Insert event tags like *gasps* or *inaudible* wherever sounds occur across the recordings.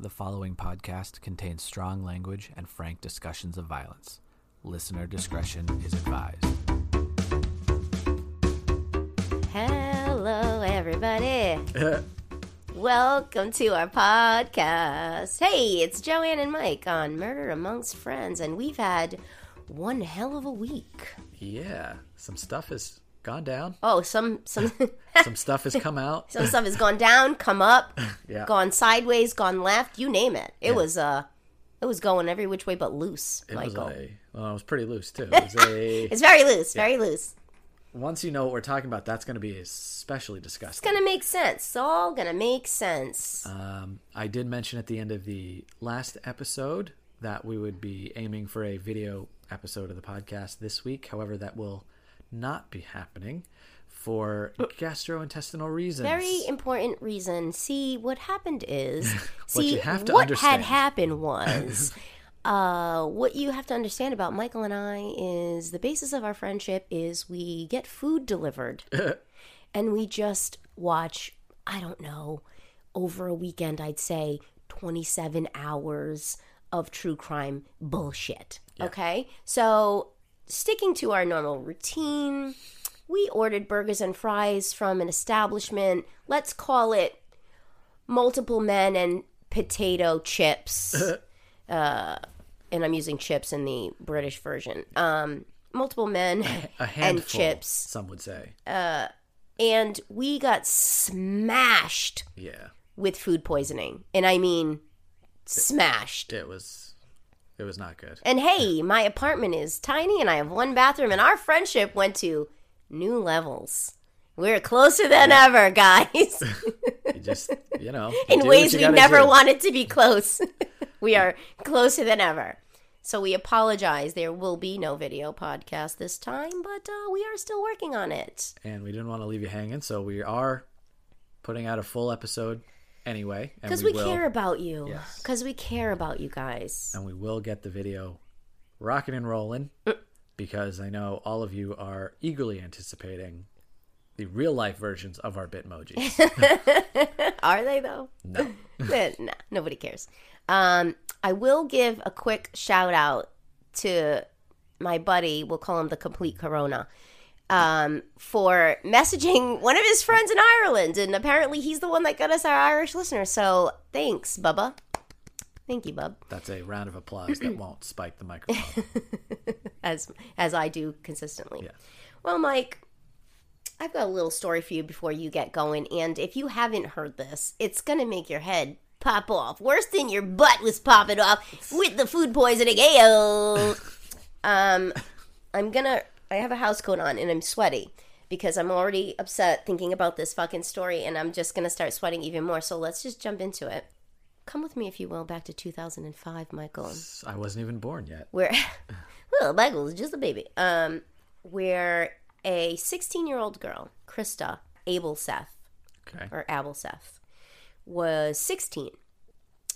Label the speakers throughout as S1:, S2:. S1: The following podcast contains strong language and frank discussions of violence. Listener discretion is advised.
S2: Hello, everybody. Welcome to our podcast. Hey, it's Joanne and Mike on Murder Amongst Friends, and we've had one hell of a week.
S1: *laughs* Yeah, some stuff has gone down.
S2: Oh, some some *laughs*
S1: Some stuff has come out.
S2: some stuff has gone down, come up,
S1: Yeah.
S2: gone sideways, gone left. You name it. It was uh, it was going every which way but loose,
S1: It was
S2: Michael.
S1: a well, it was pretty loose too. It was a *laughs*
S2: It's very loose, very loose.
S1: once you know what we're talking about, that's going to be especially disgusting.
S2: It's gonna make sense. It's all gonna make sense.
S1: Um, I did mention at the end of the last episode that we would be aiming for a video episode of the podcast this week. However, that will not be happening for gastrointestinal reasons.
S2: Oh. very important reason. See, what happened
S1: *laughs*
S2: is, see,
S1: you have to
S2: what
S1: understand.
S2: had
S1: *laughs*
S2: happened was, uh, what you have to understand about Michael and I is the basis of our friendship is we get
S1: *laughs*
S2: food delivered, and we just watch. I don't know, over a weekend, I'd say twenty-seven hours of true crime bullshit. Okay, so sticking to our normal routine. We ordered burgers and fries from an establishment. Let's call it multiple men and potato chips. uh, and I'm using chips in the British version. Um, multiple men
S1: a handful,
S2: and chips.
S1: Some would say,
S2: And we got smashed
S1: yeah,
S2: with food poisoning. And I mean, smashed.
S1: it was, it was not good.
S2: And hey, my apartment is tiny and I have one bathroom, and our friendship went to new levels. We're closer than
S1: *laughs*
S2: ever, guys. *laughs*
S1: You just, you know, you do
S2: in
S1: what
S2: ways
S1: you
S2: we
S1: gotta
S2: never
S1: do.
S2: wanted to be close. *laughs* we are closer than ever. So we apologize. There will be no video podcast this time, but uh, we are still working on it.
S1: And we didn't want to leave you hanging, so we are putting out a full episode anyway, and
S2: Because we,
S1: will,
S2: care about you.
S1: Yes.
S2: Because we care about you guys.
S1: and we will get the video rocking and rolling
S2: Uh.
S1: because I know all of you are eagerly anticipating the real life versions of our Bitmojis.
S2: *laughs* Are they, though? *laughs*
S1: no,
S2: Eh, nah, nobody cares. Um, I will give a quick shout out to my buddy. We'll call him the complete Corona. Um, for messaging one of his friends in Ireland, and apparently he's the one that got us our Irish listener. So thanks, Bubba. Thank you, Bub.
S1: that's a round of applause that won't spike the microphone.
S2: As as I do consistently.
S1: Yeah.
S2: Well, Mike, I've got a little story for you before you get going, and if you haven't heard this, it's gonna make your head pop off. Worse than your butt was popping off with the food poisoning. Ayo. um, I'm gonna. I have a house coat on, and I'm sweaty because I'm already upset thinking about this fucking story, and I'm just gonna start sweating even more. So let's just jump into it. Come with me, if you will, back to 2005, Michael
S1: I wasn't even born yet.
S2: where *laughs* well michael is just a baby um where a 16 year old girl krista abel seth
S1: Okay.
S2: or abel seth was 16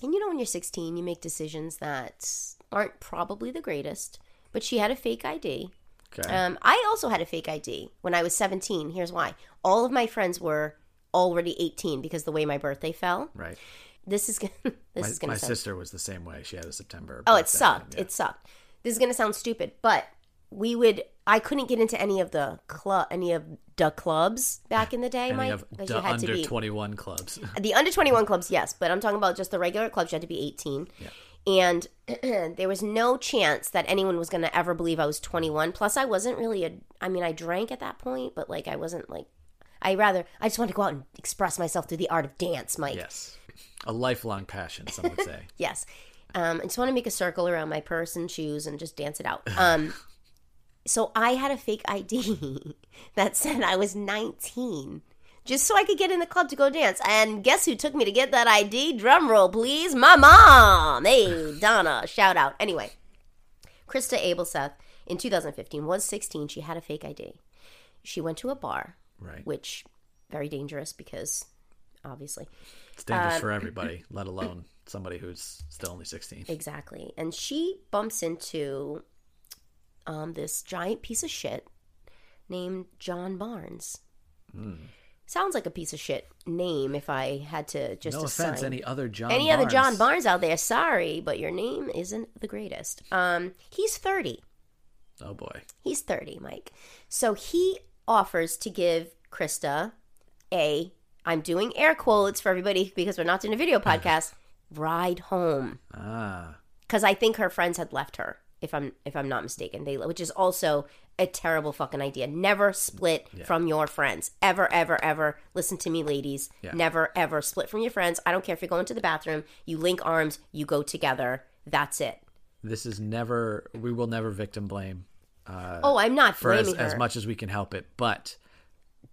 S2: and you know when you're 16 you make decisions that aren't probably the greatest but she had a fake id
S1: Okay.
S2: um, I also had a fake ID when I was 17. Here's why. All of my friends were already 18 because the way my birthday fell.
S1: right.
S2: This is gonna, *laughs* this
S1: My,
S2: is going
S1: my
S2: to sound
S1: sister was the same way. She had a September.
S2: Oh, it
S1: birthday.
S2: sucked. It sucked. This is gonna sound stupid, but we would. I couldn't get into any of the club, any of the clubs back in the day,
S1: And you
S2: Mike.
S1: have
S2: because
S1: the under 21
S2: *laughs*
S1: clubs.
S2: the under twenty one clubs, yes, but I'm talking about just the regular clubs. You had to be eighteen, and *clears throat* there was no chance that anyone was gonna ever believe I was twenty one. Plus, I wasn't really a. I mean, I drank at that point, but like I wasn't like. I rather I just wanted to go out and express myself through the art of dance, Mike.
S1: yes. A lifelong passion, some would
S2: *laughs*
S1: say.
S2: Yes. Um, I just want to make a circle around my purse and shoes and just dance it out. Um, so I had a fake ID *laughs* that said I was 19 just so I could get in the club to go dance. And guess who took me to get that ID? Drum roll, please. My mom. Hey, Donna. Shout out. Anyway, Krista Abelseth in 2015 was 16. She had a fake ID. She went to a bar,
S1: Right.
S2: which very dangerous because obviously
S1: It's dangerous
S2: uh,
S1: for everybody, let alone somebody who's still only 16.
S2: Exactly. And she bumps into
S1: Hmm.
S2: um, this giant piece of shit named John Barnes. Sounds like a piece of shit name if I had to just
S1: no
S2: assign.
S1: offense, any other John.
S2: Any other John
S1: Barnes?
S2: Barnes out there, sorry, but your name isn't the greatest. Um, he's 30.
S1: Oh boy.
S2: He's 30, Mike. So he offers to give Krista a, I'm doing air quotes for everybody because we're not doing
S1: *laughs*
S2: a video podcast, ride home.
S1: Ah.
S2: Because I think her friends had left her, if I'm if I'm not mistaken. They which is also a terrible fucking idea. Never split from your friends. Ever, ever, ever. Listen to me, ladies.
S1: Yeah.
S2: Never ever split from your friends. I don't care if you're going to the bathroom, you link arms, you go together. That's it.
S1: This is never. We will never victim blame
S2: oh, I'm not
S1: Uh, for
S2: blaming
S1: as,
S2: her.
S1: as much as we can help it, but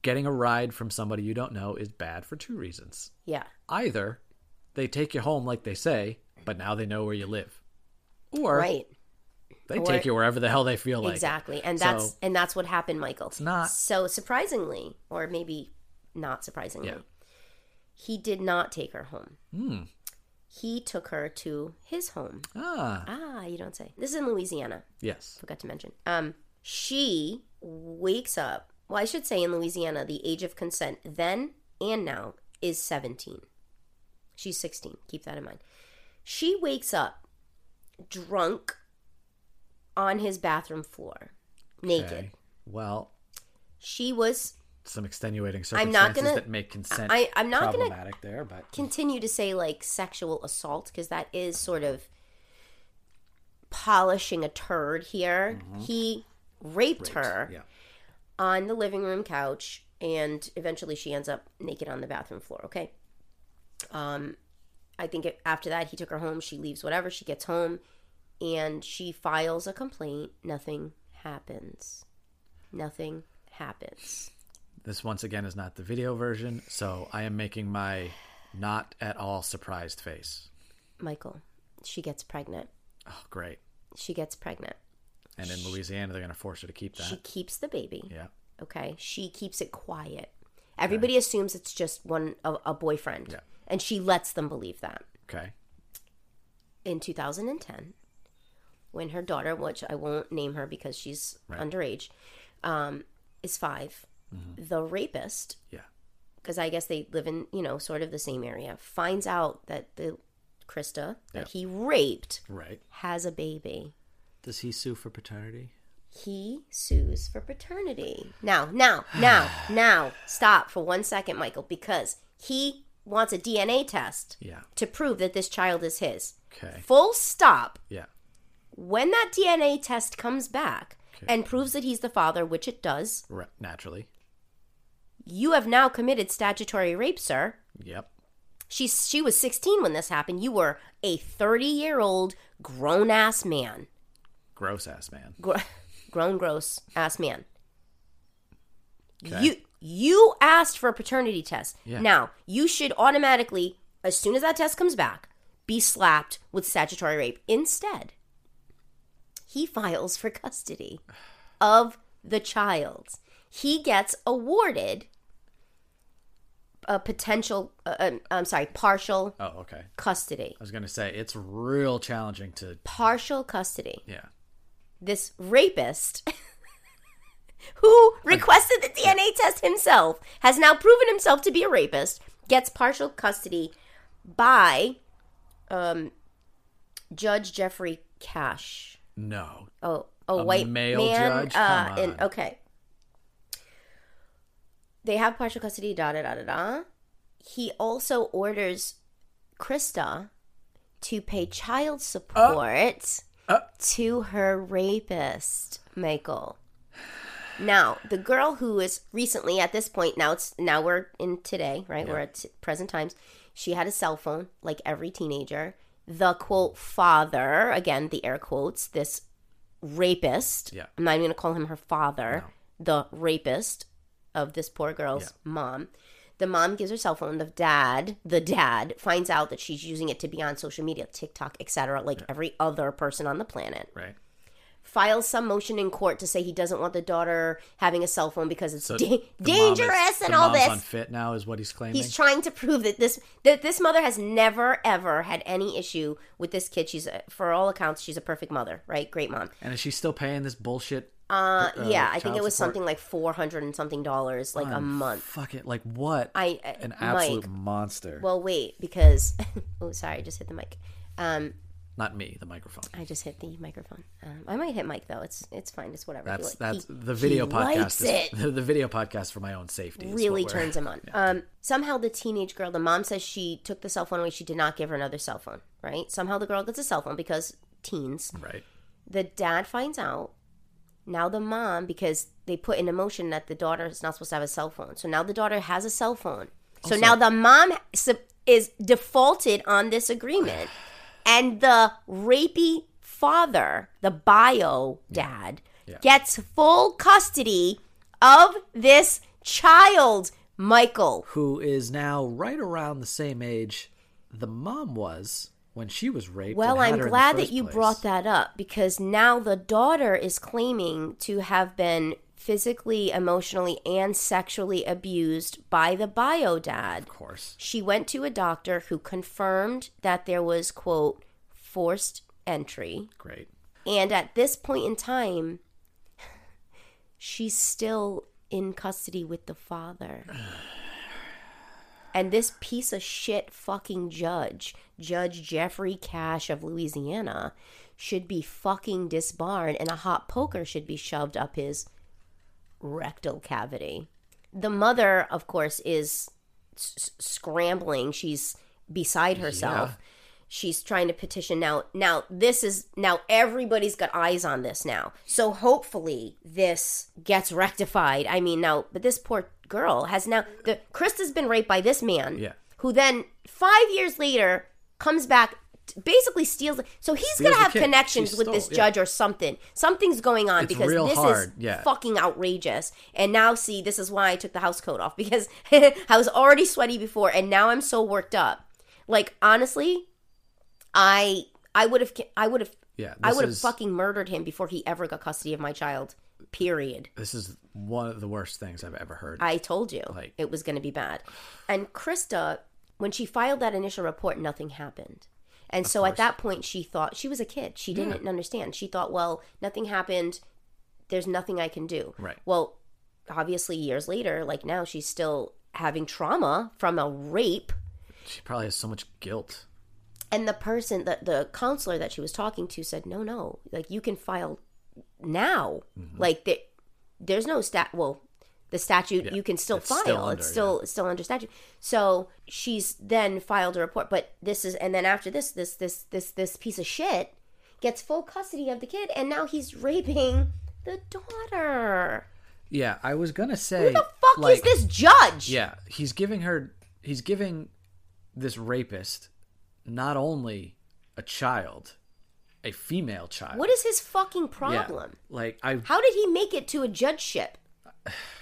S1: getting a ride from somebody you don't know is bad for two reasons.
S2: yeah.
S1: Either they take you home like they say, but now they know where you live, or
S2: Right.
S1: they
S2: or-
S1: take you wherever the hell they feel like. it.
S2: exactly and
S1: So-
S2: that's and that's what happened michael it's
S1: not-
S2: so surprisingly or maybe not surprisingly
S1: Yeah. Hmm.
S2: he did not take her home he took her to his home
S1: Ah,
S2: ah you don't say this is in louisiana
S1: yes.
S2: forgot to mention um she wakes up well i should say in louisiana the age of consent then and now is 17 she's 16 keep that in mind she wakes up drunk on his bathroom floor naked
S1: Okay. Well,
S2: she was
S1: some extenuating
S2: I'm
S1: circumstances
S2: not gonna-
S1: that make consent
S2: I- I'm not gonna-
S1: problematic there, but
S2: continue to say like sexual assault because that is sort of polishing a turd here he raped her
S1: Mm-hmm. yeah.
S2: on the living room couch and eventually she ends up naked on the bathroom floor okay um i think it, after that he took her home she leaves whatever she gets home and she files a complaint nothing happens nothing happens
S1: This once again is not the video version, so I am making my not at all surprised face.
S2: michael she gets pregnant
S1: Oh, great.
S2: she gets pregnant
S1: And in Louisiana, they're going to force her to keep that.
S2: she keeps the baby
S1: yeah.
S2: okay she keeps it quiet everybody assumes it's just one a, a boyfriend
S1: Yeah.
S2: and she lets them believe that
S1: Okay.
S2: in 2010 when her daughter which i won't name her because she's underage um, is 5 the rapist
S1: Yeah.
S2: because i guess they live in you know sort of the same area finds out that the krista that he raped
S1: Right.
S2: has a baby
S1: Does he sue for paternity?
S2: he sues for paternity. Now, now, now, now, stop for one second, Michael, because he wants a DNA test
S1: Yeah.
S2: to prove that this child is his.
S1: Okay.
S2: Full stop.
S1: Yeah.
S2: When that DNA test comes back and proves that he's the father, which it does,
S1: Right. Naturally.
S2: you have now committed statutory rape, sir.
S1: Yep.
S2: She she was 16 when this happened. You were a 30-year-old grown-ass man.
S1: Gross ass man.
S2: Gr- grown gross ass man.
S1: Okay.
S2: You you asked for a paternity test.
S1: Yeah.
S2: Now you should automatically, as soon as that test comes back, be slapped with statutory rape. Instead, he files for custody of the child. He gets awarded a potential. Uh, um, I'm sorry, partial
S1: Oh, okay. I
S2: custody.
S1: was going to say it's real challenging to.
S2: Partial custody.
S1: Yeah.
S2: this rapist *laughs* who requested the DNA test himself has now proven himself to be a rapist, gets partial custody by um, Judge Jeffrey Cash.
S1: No.
S2: Oh, a, white
S1: male
S2: man.
S1: judge?
S2: uh,
S1: Come
S2: in,
S1: on.
S2: okay. They have partial custody. Da da da da da. He also orders Krista to pay child support
S1: Uh.
S2: to her rapist, Michael. Now, the girl who is recently at this point, now it's now we're in today, right? We're at present times. She had a cell phone, like every teenager. The quote father, again, the air quotes, this rapist.
S1: Yeah.
S2: I'm not even gonna call him her father, the rapist of this poor girl's mom. The mom gives her cell phone. The dad, the dad, finds out that she's using it to be on social media, TikTok, etc., like every other person on the planet
S1: Right.
S2: files some motion in court to say he doesn't want the daughter having a cell phone because it's
S1: So
S2: da-
S1: the mom is-
S2: dangerous and
S1: the
S2: all
S1: mom's
S2: this.
S1: Unfit now is what he's claiming.
S2: He's trying to prove that this that this mother has never ever had any issue with this kid. She's a, for all accounts she's a perfect mother, right? Great mom.
S1: and is she still paying this bullshit
S2: Uh,
S1: Uh,
S2: yeah, I
S1: child
S2: think it was
S1: support?
S2: something like four hundred and something dollars, like a month.
S1: Fuck it. Like what?
S2: I uh,
S1: An
S2: Mike,
S1: absolute monster.
S2: Well, wait, because *laughs* oh, sorry, I just hit the mic. Um,
S1: Not me, the microphone.
S2: I just hit the microphone. Um, I might hit Mike though. It's it's fine. It's whatever. He
S1: That's
S2: li-
S1: that's
S2: he
S1: the video
S2: likes
S1: podcast. Is,
S2: it.
S1: *laughs* the, video podcast for my own safety. is what
S2: really
S1: *laughs* we're-
S2: turns him on. Um, somehow the teenage girl, the mom says she took the cell phone away. She did not give her another cell phone. Right? Somehow the girl gets a cell phone because teens.
S1: right.
S2: The dad finds out. Now the mom, because they put in a motion that the daughter is not supposed to have a cell phone. So now the daughter has a cell phone. So now the mom sub- is defaulted on this agreement. And the rapey father, the bio dad, gets full custody of this child, Michael.
S1: Who is now right around the same age the mom was when she was raped.
S2: Well,
S1: and had
S2: I'm
S1: her in the
S2: glad that
S1: first
S2: you
S1: place.
S2: brought that up because now the daughter is claiming to have been physically, emotionally, and sexually abused by the bio dad.
S1: Of course.
S2: She went to a doctor who confirmed that there was, quote, forced entry.
S1: Great.
S2: And at this point in time, she's still in custody with the father. And this piece of shit fucking judge, Judge Jeffrey Cash of Louisiana, should be fucking disbarred and a hot poker should be shoved up his rectal cavity. The mother, of course, is s- s- scrambling. She's beside herself
S1: Yeah.
S2: she's trying to petition now now this is now everybody's got eyes on this now so hopefully this gets rectified i mean now but this poor girl has now the krista's been raped by this man
S1: Yeah.
S2: who then five years later comes back t- basically steals so he's
S1: the
S2: gonna have
S1: kid.
S2: connections
S1: She
S2: with this
S1: stole, yeah.
S2: judge or something something's going on
S1: It's
S2: because
S1: real
S2: this
S1: hard,
S2: is
S1: yeah.
S2: fucking outrageous and now see this is why i took the house coat off *laughs* because i was already sweaty before and now i'm so worked up like honestly I I would have I would have
S1: Yeah.
S2: I
S1: this
S2: would have
S1: is-
S2: fucking murdered him before he ever got custody of my child. Period.
S1: This is one of the worst things I've ever heard.
S2: I told you
S1: Like-
S2: it was going to be bad. And Krista, when she filed that initial report, nothing happened. And so at that point, she thought she was a kid. She didn't understand. She thought, well, nothing happened. There's nothing I can do.
S1: Right.
S2: Well, obviously, years later, like now, she's still having trauma from a rape
S1: she probably has so much guilt.
S2: and the person that the counselor that she was talking to said no no like you can file now
S1: Mm-hmm.
S2: like the, there's no stat well the statute you can still
S1: it's
S2: file
S1: still under,
S2: it's still it's still under statute so she's then filed a report but this is and then after this this this this this piece of shit gets full custody of the kid and now he's raping the daughter
S1: Yeah, I was gonna say.
S2: the fuck
S1: like,
S2: is this judge
S1: Yeah, he's giving her. He's giving this rapist not only a child, a female child.
S2: what is his fucking
S1: Yeah,
S2: problem
S1: Like I
S2: how did he make it to a judgeship *sighs*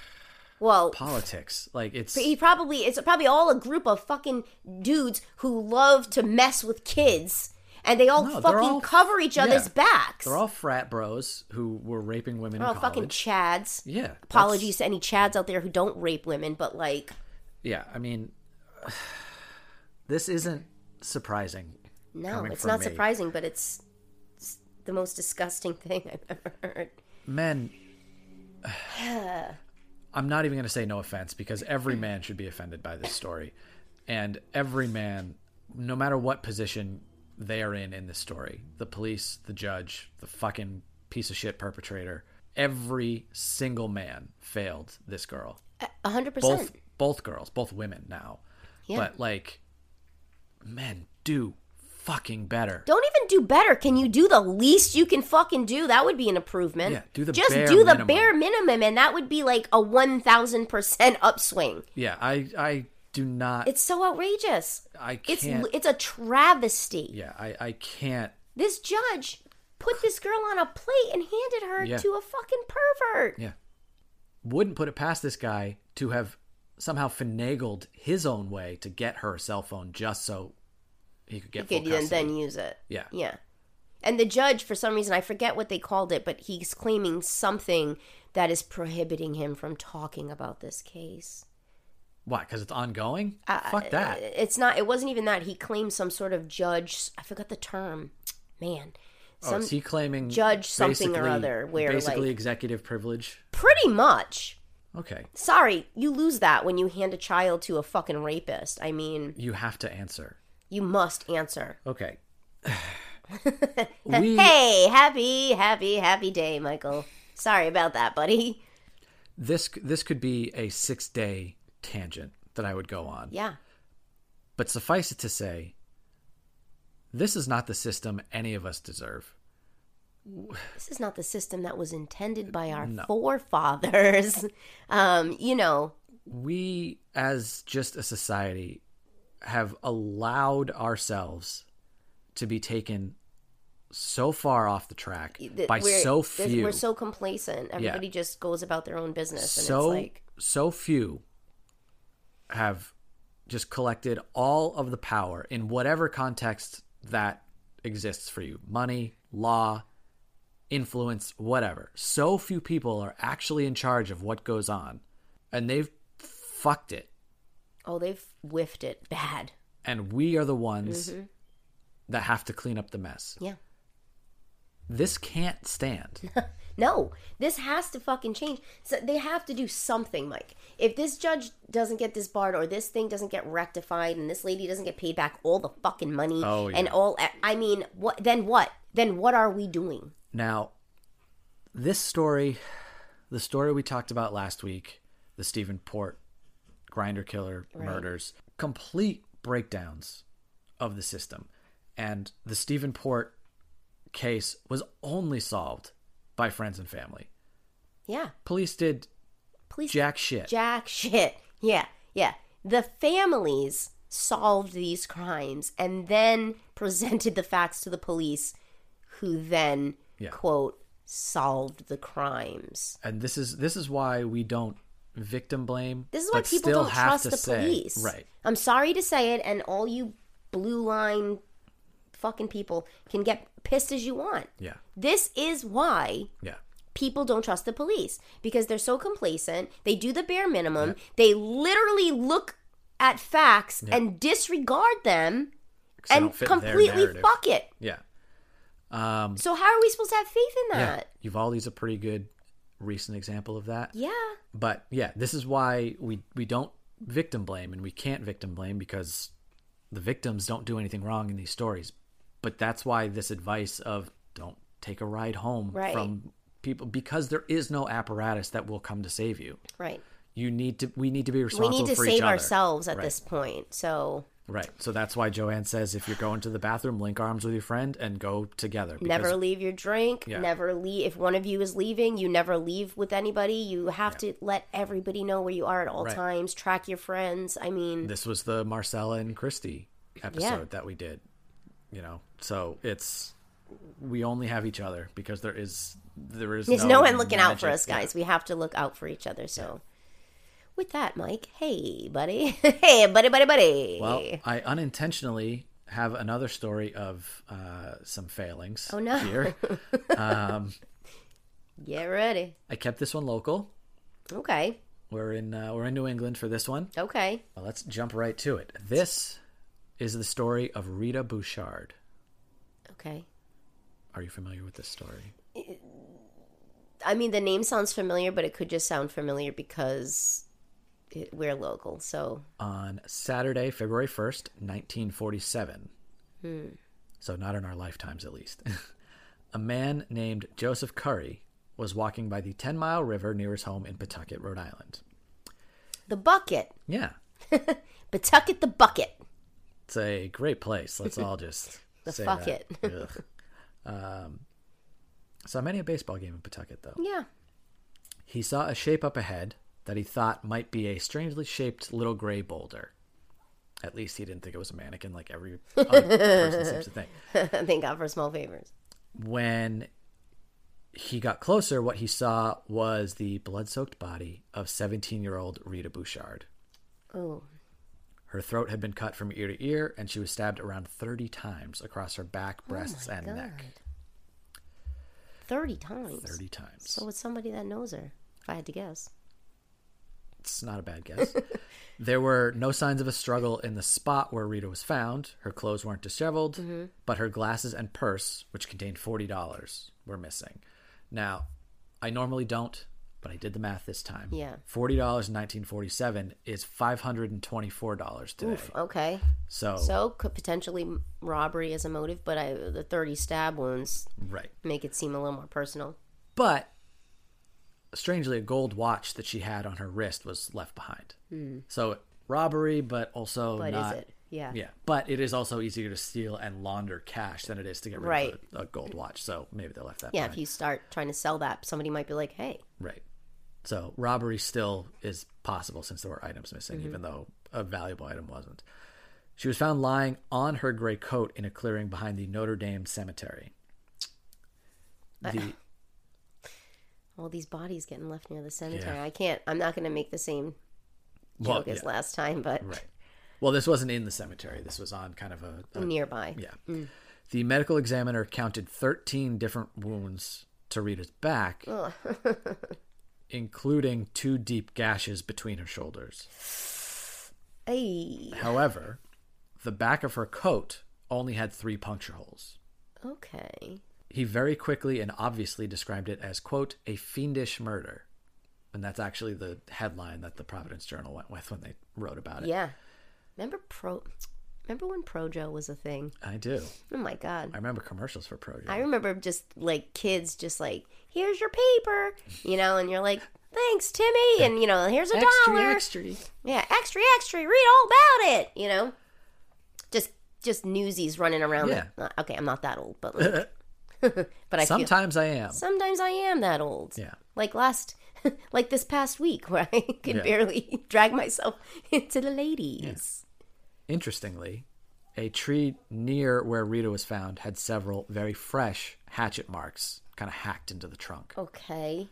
S2: well
S1: politics. Like it's
S2: he probably it's probably all a group of fucking dudes who love to mess with kids and they all
S1: No, they're
S2: fucking
S1: all-
S2: cover each other's
S1: yeah.
S2: backs
S1: they're all frat bros who were raping women
S2: They're
S1: in
S2: all
S1: college.
S2: fucking chads
S1: yeah. that's-
S2: apologies to any chads out there who don't rape women but like
S1: Yeah, I mean, *sighs* this isn't surprising.
S2: no
S1: Coming
S2: it's
S1: from
S2: not
S1: me.
S2: surprising but it's, it's the most disgusting *laughs* thing i've ever heard *sighs*
S1: Men. I'm not even going to say no offense because every man should be offended by this story. And every man, no matter what position they are in in this story the police, the judge, the fucking piece of shit perpetrator every single man failed this girl.
S2: A 100%
S1: both both girls, both women now.
S2: Yeah.
S1: But like men do fucking better.
S2: don't even do better. Can you do the least you can fucking do? That would be an improvement.
S1: Yeah, do the
S2: just
S1: bare
S2: do the
S1: minimum.
S2: bare minimum, and that would be like a one thousand percent upswing.
S1: Yeah, I I do not
S2: It's so outrageous.
S1: I
S2: It's
S1: can't
S2: it's a travesty.
S1: Yeah, I I can't
S2: This judge put this girl on a plate and handed her
S1: Yeah.
S2: to a fucking pervert.
S1: yeah. Wouldn't put it past this guy to have somehow finagled his own way to get her a cell phone just so he could get
S2: You could
S1: full
S2: then,
S1: custody.
S2: then use it.
S1: Yeah.
S2: Yeah. And the judge, for some reason, I forget what they called it, but he's claiming something that is prohibiting him from talking about this case.
S1: Why? Because it's ongoing.
S2: Uh,
S1: Fuck that.
S2: It's not. It wasn't even that. He claimed some sort of judge. I forgot the term. Man,
S1: oh, is he claiming
S2: judge something or
S1: basically-
S2: other where,
S1: basically
S2: like-
S1: executive privilege?
S2: Pretty much.
S1: Okay,
S2: Sorry, you lose that when you hand a child to a fucking rapist. I mean,
S1: you have to answer.
S2: you must answer. *laughs*
S1: Okay, we
S2: Hey, happy, happy, happy day, Michael. Sorry about that, buddy. *laughs*
S1: this this could be a six day tangent that I would go on.
S2: Yeah.
S1: But suffice it to say, this is not the system any of us deserve.
S2: This is not the system that was intended by our forefathers. *laughs* Um, you know,
S1: We, as just a society, have allowed ourselves to be taken so far off the track
S2: that
S1: by
S2: we're,
S1: so
S2: that
S1: few.
S2: We're so complacent. Everybody just goes about their own business, and
S1: so
S2: it's like,
S1: so few have just collected all of the power in whatever context that exists for you money law influence whatever so few people are actually in charge of what goes on and they've fucked it
S2: oh, they've whiffed it bad.
S1: and we are the ones
S2: Mm-hmm.
S1: that have to clean up the mess
S2: Yeah.
S1: this can't stand
S2: No, this has to fucking change. So they have to do something, Mike. If this judge doesn't get disbarred or this thing doesn't get rectified and this lady doesn't get paid back all the fucking money
S1: Oh,
S2: and
S1: yeah.
S2: all e, I mean, what then what? Then what are we doing?
S1: Now, this story, the story we talked about last week, the Stephen Port grinder killer murders, complete breakdowns of the system. And the Stephen Port case was only solved by friends and family.
S2: Yeah.
S1: Police did
S2: Please
S1: jack shit.
S2: jack shit. *laughs* Yeah. Yeah. The families solved these crimes and then *laughs* presented the facts to the police who then
S1: Yeah.
S2: quote solved the crimes.
S1: and this is this is why we don't victim blame.
S2: This is why
S1: but
S2: people
S1: still
S2: don't
S1: have
S2: trust
S1: to
S2: the
S1: say-
S2: police.
S1: Right.
S2: I'm sorry to say it, and all you blue line fucking people can get pissed as you want.
S1: Yeah.
S2: This is why
S1: Yeah.
S2: people don't trust the police because they're so complacent. They do the bare minimum. They literally look at facts and disregard them
S1: 'Cause they
S2: and
S1: don't fit their
S2: completely
S1: narrative.
S2: fuck it.
S1: Yeah.
S2: So how are we supposed to have faith in
S1: Yeah.
S2: that?
S1: Uvalde's a pretty good recent example of that.
S2: Yeah.
S1: but yeah, this is why we we don't victim blame and we can't victim blame because the victims don't do anything wrong in these stories. But that's why this advice of don't take a ride home
S2: Right.
S1: from people because there is no apparatus that will come to save you.
S2: Right.
S1: You need to we need to be
S2: We
S1: responsible
S2: need to
S1: for each
S2: save
S1: other.
S2: ourselves at this point. So
S1: Right. So that's why Joanne says if you're going to the bathroom, link arms with your friend and go together. because-
S2: never leave your drink
S1: Yeah.
S2: never leave if one of you is leaving you never leave with anybody you have to let everybody know where you are at all
S1: Right.
S2: times track your friends i mean
S1: this was the Marcella and Christie episode
S2: Yeah.
S1: that we did. You know, so it's we only have each other because there is there is
S2: there's no, one looking out for
S1: magic.
S2: us guys we have to look out for each other so with that mike hey buddy *laughs* hey buddy buddy buddy
S1: Well, I unintentionally have another story of uh, some failings.
S2: Oh, no. *laughs*
S1: Here,
S2: get ready
S1: I kept this one local.
S2: okay
S1: We're in uh, we're in New England for this one.
S2: okay
S1: Well, let's jump right to it. This is the story of Rita Bouchard.
S2: okay
S1: Are you familiar with this story?
S2: i mean the name sounds familiar but it could just sound familiar because it, we're local so
S1: on Saturday, February 1st, 1947.
S2: Hmm.
S1: So, not in our lifetimes at least. *laughs* a man named Joseph Curry was walking by the 10 Mile River near his home in Pawtucket, Rhode Island.
S2: the bucket
S1: Yeah,
S2: but tuck it the bucket
S1: it's a great place. Let's
S2: *laughs*
S1: all just
S2: The
S1: say
S2: fuck
S1: that. *laughs* Ugh. um, so, I'm at a baseball game in Pawtucket, though.
S2: yeah *laughs*
S1: He saw a shape up ahead that he thought might be a strangely shaped little gray boulder. At least he didn't think it was a mannequin like every
S2: *laughs*
S1: other person seems to think.
S2: Thank God for small favors.
S1: when he got closer, what he saw was the blood soaked body of 17 year old Rita Bouchard.
S2: Oh,
S1: Her throat had been cut from ear to ear, and she was stabbed around 30 times across her back, breasts, and neck.
S2: 30 times.
S1: 30 times.
S2: So it's somebody that knows her, if I had to guess.
S1: It's not a bad
S2: *laughs*
S1: guess. there were no signs of a struggle in the spot where Rita was found. Her clothes weren't disheveled,
S2: Mm-hmm.
S1: but her glasses and purse, which contained $40, were missing. Now, I normally don't, but I did the math this time.
S2: Yeah.
S1: $40 in 1947 is $524 today.
S2: Okay.
S1: So,
S2: So could potentially m- robbery as a motive, but I, the 30 stab wounds
S1: right.
S2: make it seem a little more personal.
S1: But strangely, a gold watch that she had on her wrist was left behind. So robbery, but also
S2: Hmm. But
S1: not.
S2: is it? Yeah.
S1: Yeah, but it is also easier to steal and launder cash than it is to get rid
S2: Right.
S1: of a, a gold watch. So maybe they left that.
S2: Yeah,
S1: behind.
S2: if you start trying to sell that, somebody might be like, hey,
S1: right. So robbery still is possible since there were items missing,
S2: Mm-hmm.
S1: even though a valuable item wasn't. She was found lying on her gray coat in a clearing behind the Notre Dame Cemetery.
S2: *laughs*
S1: The
S2: all these bodies getting left near the cemetery.
S1: Yeah.
S2: I can't, I'm not going to make the same
S1: Well,
S2: joke as
S1: yeah.
S2: last time, but
S1: Right. Well, this wasn't in the cemetery. This was on kind of a, a
S2: nearby.
S1: Yeah. The medical examiner counted 13 different wounds to Rita's back,
S2: *laughs*
S1: including two deep gashes between her shoulders.
S2: Ay,
S1: However, the back of her coat only had three puncture holes.
S2: okay.
S1: He very quickly and obviously described it as, quote, a fiendish murder. And that's actually the headline that the Providence Journal went with when they wrote about it.
S2: Yeah. Remember Pro, remember when Projo was a thing?
S1: I do.
S2: Oh my God.
S1: I remember commercials for Projo.
S2: I remember just like kids just like, here's your paper, you know, and you're like, thanks, Timmy. And, you know, here's a dollar. Yeah, extra, extra, read all about it. You know, just just newsies running around.
S1: Yeah.
S2: Uh, Okay, I'm not that old, but like,
S1: *laughs*
S2: *laughs* but I feel
S1: Sometimes I am.
S2: sometimes I am that old.
S1: Yeah.
S2: like last, *laughs* like this past week *laughs* where I could
S1: Yeah.
S2: barely *laughs* drag myself into the ladies.
S1: Interestingly, a tree near where Rita was found had several very fresh hatchet marks kind of hacked into the trunk.
S2: Okay,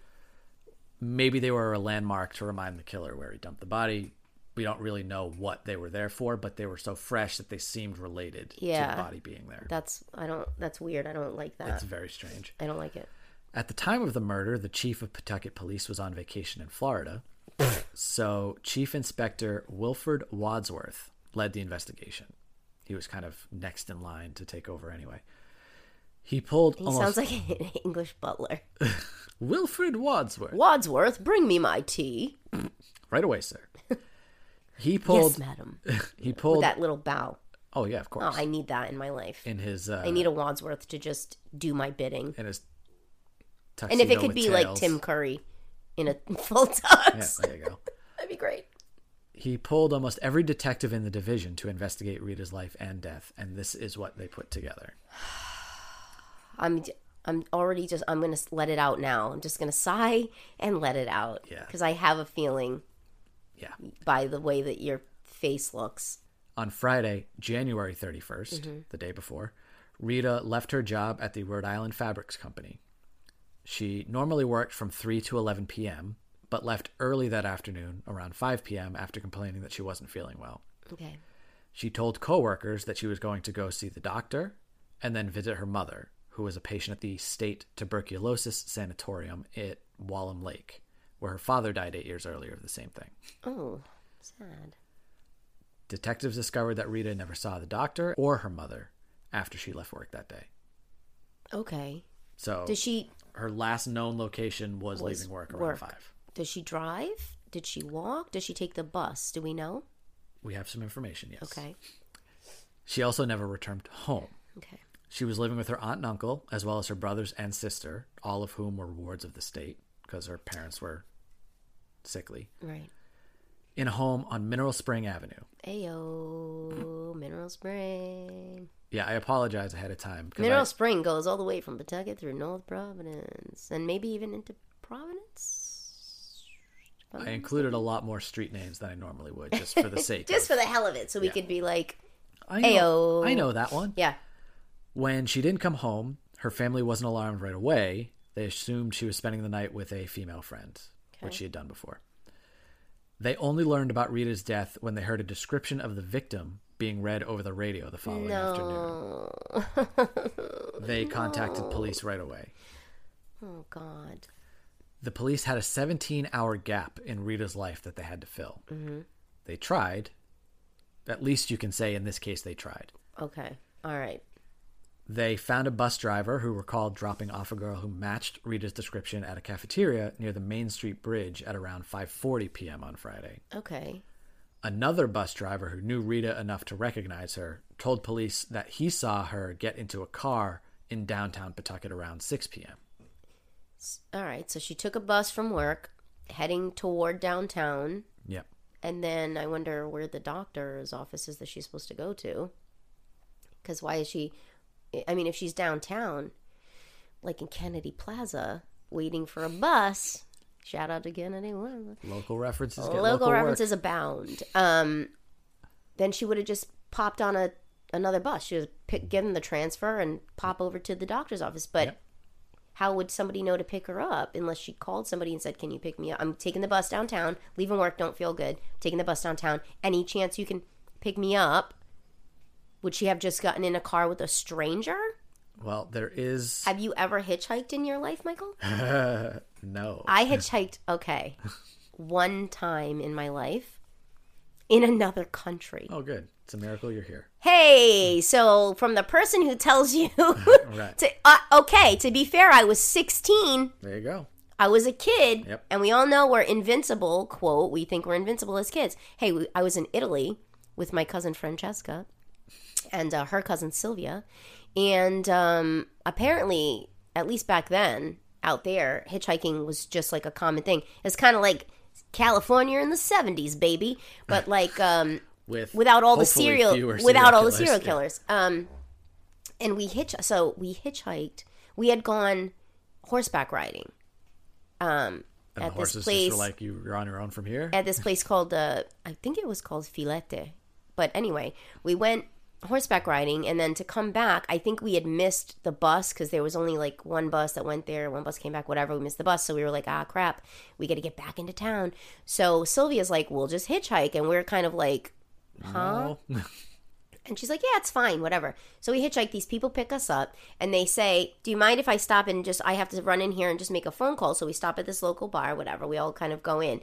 S1: Maybe they were a landmark to remind the killer where he dumped the body. We don't really know what they were there for, but they were so fresh that they seemed related to
S2: Yeah.
S1: the body being there.
S2: that's I don't. That's weird. I don't like that.
S1: It's very strange.
S2: I don't like it.
S1: At the time of the murder, the chief of Pawtucket Police was on vacation in Florida. so, Chief Inspector Wilford Wadsworth led the investigation. He was kind of next in line to take over anyway. He pulled
S2: He
S1: almost
S2: sounds like an *laughs* English butler.
S1: Wilfred Wadsworth
S2: Wadsworth, bring me my tea.
S1: right away,
S2: *laughs*
S1: sir. He pulled
S2: yes, madam.
S1: *laughs* he pulled
S2: that little bow.
S1: Oh yeah, of course.
S2: Oh, I need that in my life.
S1: in his uh
S2: I need a Wadsworth to just do my bidding.
S1: in his
S2: And if it
S1: tuxedo
S2: could
S1: with
S2: be like
S1: tails.
S2: Tim Curry in a *laughs* full
S1: Yeah,
S2: tux,
S1: there you go.
S2: that'd be great.
S1: He pulled almost every detective in the division to investigate Rita's life and death, and this is what they put together.
S2: I'm I'm already just I'm gonna let it out now. I'm just gonna sigh and let it out.
S1: Yeah.
S2: Because I have a feeling
S1: Yeah.
S2: by the way that your face looks.
S1: On Friday, January 31st, the day before, Rita left her job at the Rhode Island Fabrics Company. She normally worked from 3 to 11 p.m., but left early that afternoon around 5 p.m. after complaining that she wasn't feeling well.
S2: Okay.
S1: She told coworkers that she was going to go see the doctor and then visit her mother, who was a patient at the state tuberculosis sanatorium at Wallam Lake, where her father died eight years earlier of the same thing.
S2: Oh, sad.
S1: Detectives discovered that Rita never saw the doctor or her mother after she left work that day.
S2: Okay.
S1: So
S2: Does she
S1: her last known location was,
S2: Was
S1: leaving work around
S2: work.
S1: five.
S2: does she drive? Did she walk? Does she take the bus? Do we know?
S1: We have some information, yes.
S2: Okay.
S1: She also never returned home.
S2: Okay.
S1: She was living with her aunt and uncle, as well as her brothers and sister, all of whom were wards of the state because her parents were sickly,
S2: Right.
S1: in a home on Mineral Spring Avenue.
S2: Ayo, Mineral Spring.
S1: Yeah, I apologize ahead of time. 'cause
S2: Mineral
S1: I-
S2: Spring goes all the way from Pawtucket through North Providence and maybe even into Providence.
S1: I included a lot more street names than I normally would, just for the
S2: *laughs*
S1: sake.
S2: Just
S1: of,
S2: for the hell of it, so we could be like,
S1: I know,
S2: Ayo.
S1: I know that one.
S2: yeah,
S1: When she didn't come home, her family wasn't alarmed right away. They assumed she was spending the night with a female friend, which
S2: Okay.
S1: she had done before. They only learned about Rita's death when they heard a description of the victim being read over the radio the following afternoon.
S2: oh, *laughs*
S1: They contacted police right away.
S2: oh God,
S1: the police had a 17 hour gap in Rita's life that they had to fill. They tried. At least you can say in this case they tried.
S2: Okay. All right.
S1: They found a bus driver who recalled dropping off a girl who matched Rita's description at a cafeteria near the Main Street Bridge at around 5:40 p.m. on Friday.
S2: Okay.
S1: Another bus driver who knew Rita enough to recognize her told police that he saw her get into a car in downtown Pawtucket around 6 p.m.
S2: All right. So she took a bus from work, heading toward downtown,
S1: Yep.
S2: and then I wonder where the doctor's office is that she's supposed to go to. Because why is she? I mean, if she's downtown, like in Kennedy Plaza, waiting for a bus. Shout out to Kennedy.
S1: Local references get
S2: local,
S1: local, work.
S2: references abound. Um, then she would have just popped on a another bus. She was pick, given the transfer and pop over to the doctor's office. But
S1: Yep.
S2: how would somebody know to pick her up unless she called somebody and said, "Can you pick me up? I'm taking the bus downtown. Leaving work, don't feel good. Taking the bus downtown. Any chance you can pick me up?" Would she have just gotten in a car with a stranger?
S1: Well, there is
S2: Have you ever hitchhiked in your life, Michael?
S1: no.
S2: I hitchhiked, okay, one time in my life in another country.
S1: oh, good. It's a miracle you're here.
S2: Hey, so from the person who tells you, *laughs*
S1: All right.
S2: to, uh, okay, to be fair, I was 16.
S1: There you go.
S2: I was a kid.
S1: Yep.
S2: And we all know we're invincible, quote, we think we're invincible as kids. Hey, we, I was in Italy with my cousin Francesca and uh, her cousin Sylvia. And um, apparently, at least back then, out there, hitchhiking was just like a common thing. It's kind of like California in the 70s, baby.
S1: *laughs*
S2: But like, um,
S1: With
S2: without all the
S1: hopefully
S2: serial
S1: fewer
S2: without
S1: serial
S2: all the
S1: killers.
S2: serial
S1: Yeah.
S2: killers. Um, and we hitch so we hitchhiked. We had gone horseback riding. Um,
S1: And
S2: at
S1: the
S2: this
S1: horses
S2: place
S1: just were like, you, you're on your own from here.
S2: at this place called uh, I think it was called Filete. But anyway, we went horseback riding, and then to come back, I think we had missed the bus because there was only like one bus that went there, one bus came back, whatever. We missed the bus, so we were like, ah, crap, we got to get back into town. So Sylvia's like, we'll just hitchhike, and we're kind of like, Uh-huh.
S1: No.
S2: and she's like, "Yeah, it's fine, whatever." So we hitchhike. These people pick us up, and they say, "Do you mind if I stop and just I have to run in here and just make a phone call?" So we stop at this local bar, whatever. We all kind of go in.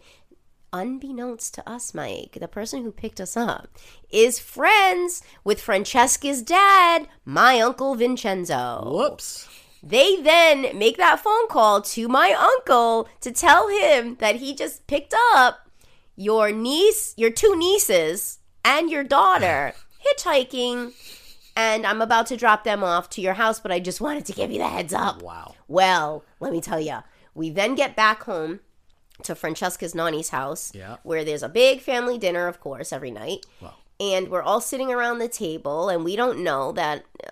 S2: Unbeknownst to us, Mike, the person who picked us up is friends with Francesca's dad, my uncle Vincenzo.
S1: Whoops.
S2: They then make that phone call to my uncle to tell him that he just picked up your niece, your two nieces, and
S1: *laughs*
S2: your daughter hitchhiking, and I'm about to drop them off to your house, but I just wanted to give you the heads up.
S1: Wow.
S2: Well, let me tell you, we then get back home to Francesca's nonny's house,
S1: Yeah.
S2: where there's a big family dinner, of course, every night.
S1: Wow.
S2: And we're all sitting around the table, and we don't know that uh,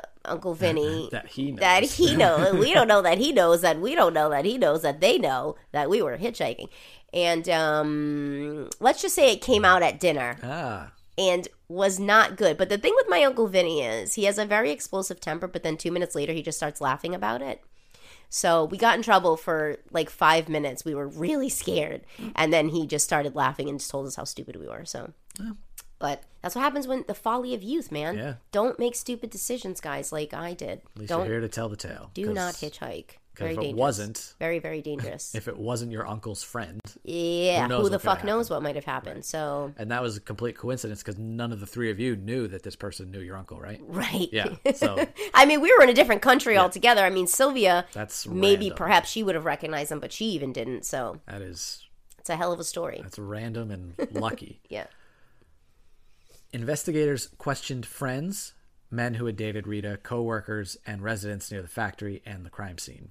S1: *laughs*
S2: Uncle Vinny
S1: That he knows.
S2: that
S1: *laughs*
S2: he knows. we don't know that he knows that we don't know that he knows that they know that we were hitchhiking. And um, let's just say it came out at dinner
S1: Ah.
S2: and was not good. But the thing with my Uncle Vinny is he has a very explosive temper, but then two minutes later he just starts laughing about it. So we got in trouble for like five minutes. We were really scared. And then he just started laughing and just told us how stupid we were. So. But that's what happens when the folly of youth, man.
S1: Yeah.
S2: Don't make stupid decisions, guys, like I did.
S1: At least
S2: Don't
S1: you're here to tell the tale.
S2: do
S1: 'cause-
S2: not hitchhike.
S1: 'cause
S2: Very
S1: if it
S2: dangerous.
S1: wasn't,
S2: Very, very
S1: *laughs*
S2: dangerous.
S1: if it wasn't your uncle's friend,
S2: yeah.
S1: who knows
S2: Who, the
S1: what could
S2: fuck knows what might have happened? So, *laughs*
S1: and that was a complete coincidence because none of the three of you knew that this person knew your uncle, right?
S2: right.
S1: Yeah. So
S2: *laughs* I mean, we were in a different country altogether. I mean, Sylvia,
S1: that's
S2: maybe
S1: random.
S2: perhaps she would have recognized him, but she even didn't. So,
S1: that is
S2: it's a hell of a story.
S1: that's random and lucky. *laughs*
S2: Yeah.
S1: Investigators questioned friends, men who had dated Rita, coworkers, and residents near the factory and the crime scene.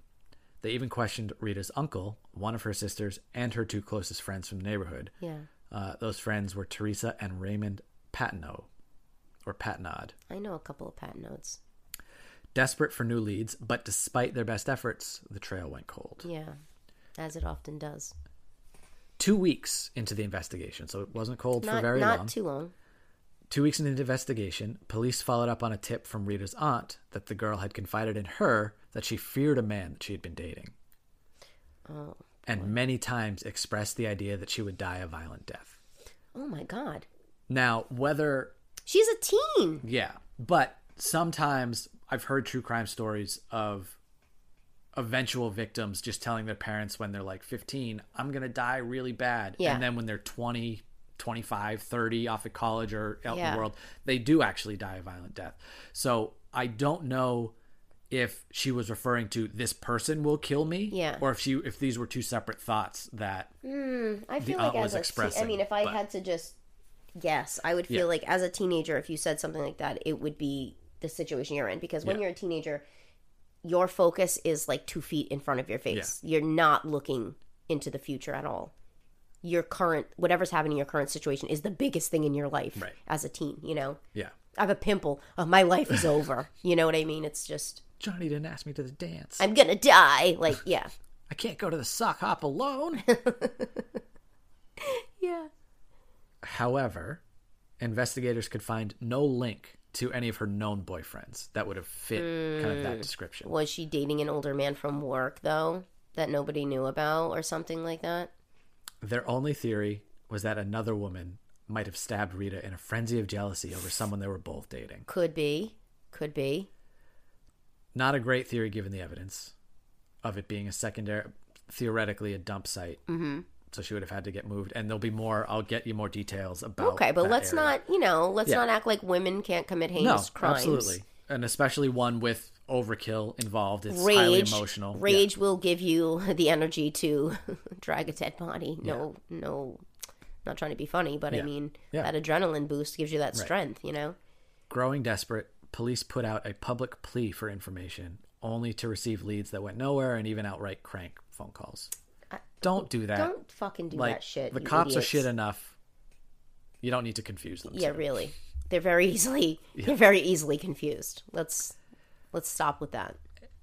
S1: They even questioned Rita's uncle, one of her sisters, and her two closest friends from the neighborhood.
S2: Yeah.
S1: Uh, those friends were Teresa and Raymond Patino, or Patnod.
S2: I know a couple of patent notes.
S1: Desperate for new leads, but despite their best efforts, the trail went cold.
S2: Yeah. As it often does.
S1: Two weeks into the investigation, so it wasn't cold for
S2: Not,
S1: very
S2: not
S1: long.
S2: too long.
S1: Two weeks into the investigation, police followed up on a tip from Rita's aunt that the girl had confided in her that she feared a man that she had been dating.
S2: Oh.
S1: And many times expressed the idea that she would die a violent death.
S2: Oh, my God.
S1: Now, whether,
S2: She's a teen.
S1: yeah, but sometimes I've heard true crime stories of eventual victims just telling their parents when they're like 15 i'm gonna die really bad
S2: Yeah.
S1: and then when they're 20 25 30 off at college or out in
S2: Yeah.
S1: the world they do actually die a violent death so i don't know if she was referring to this person will kill me
S2: Yeah.
S1: or if she if these were two separate thoughts that
S2: I feel
S1: aunt
S2: like
S1: was
S2: as a te- I
S1: expressing,
S2: mean, if I
S1: but-
S2: had to just guess, I would feel
S1: Yeah.
S2: like as a teenager, if you said something like that, it would be the situation you're in because when
S1: Yeah.
S2: you're a teenager, your focus is like two feet in front of your face. You're not looking into the future at all. Your current, whatever's happening in your current situation, is the biggest thing in your life
S1: Right.
S2: as a teen. You know,
S1: yeah
S2: I have a pimple. Oh, my life is over. you know what I mean? It's just
S1: johnny didn't ask me to the dance
S2: I'm gonna die. Like, yeah,
S1: i can't go to the sock hop alone
S2: yeah.
S1: However, investigators could find no link to any of her known boyfriends that would have fit kind of
S2: Mm.
S1: that description.
S2: Was she dating an older man from work though that nobody knew about or something like that?
S1: Their only theory was that another woman might have stabbed Rita in a frenzy of jealousy over someone they were both dating.
S2: Could be. Could be.
S1: Not a great theory given the evidence of it being a secondary, theoretically a dump site. Mm-hmm. So she would have had to get moved, and there'll be more. I'll get you more details about.
S2: Okay, but
S1: that
S2: let's
S1: area.
S2: not, you know, let's
S1: Yeah.
S2: not act like women can't commit
S1: No,
S2: heinous crimes.
S1: absolutely, and especially one with overkill involved. It's highly
S2: Rage,
S1: emotional. Yeah.
S2: rage will give you *laughs* the energy to *laughs* drag a dead body. No, no, not trying to be funny, but
S1: Yeah.
S2: I mean,
S1: Yeah.
S2: that adrenaline boost gives you that strength, you know?
S1: Growing desperate, police put out a public plea for information, only to receive leads that went nowhere and even outright crank phone calls. don't do that.
S2: Don't fucking do
S1: like
S2: that shit.
S1: the
S2: you
S1: cops
S2: idiots.
S1: are shit enough. You don't need to confuse them.
S2: Yeah, really. They're very *laughs* easily they're very easily confused. Let's let's stop with that.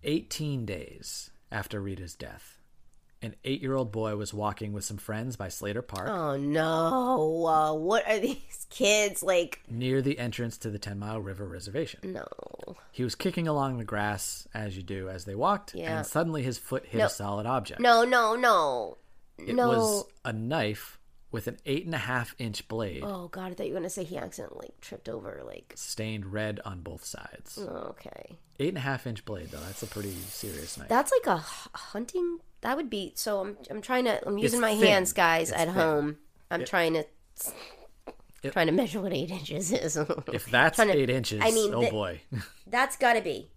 S1: 18 days after Rita's death, an 8-year-old boy was walking with some friends by Slater Park
S2: Oh no. Uh, what are *laughs* these kids like?
S1: near the entrance to the 10 Mile River Reservation.
S2: No.
S1: He was kicking along the grass as you do as they walked,
S2: Yeah.
S1: and suddenly his foot hit a solid object.
S2: No, no, no.
S1: It
S2: no.
S1: was a knife with an eight and a half inch blade
S2: Oh god, I thought you were gonna say he accidentally like, tripped over like
S1: stained red on both sides.
S2: Mm. okay.
S1: Eight and a half inch blade, though. That's a pretty serious knife.
S2: That's like a h- hunting that would be so I'm I'm trying to I'm using my
S1: thin.
S2: hands, guys,
S1: It's
S2: at
S1: thin.
S2: home. I'm trying to
S1: It-
S2: trying to measure what eight inches is. *laughs*
S1: if that's
S2: trying to-
S1: eight inches,
S2: I mean,
S1: oh
S2: the-
S1: boy.
S2: *laughs* That's got to be.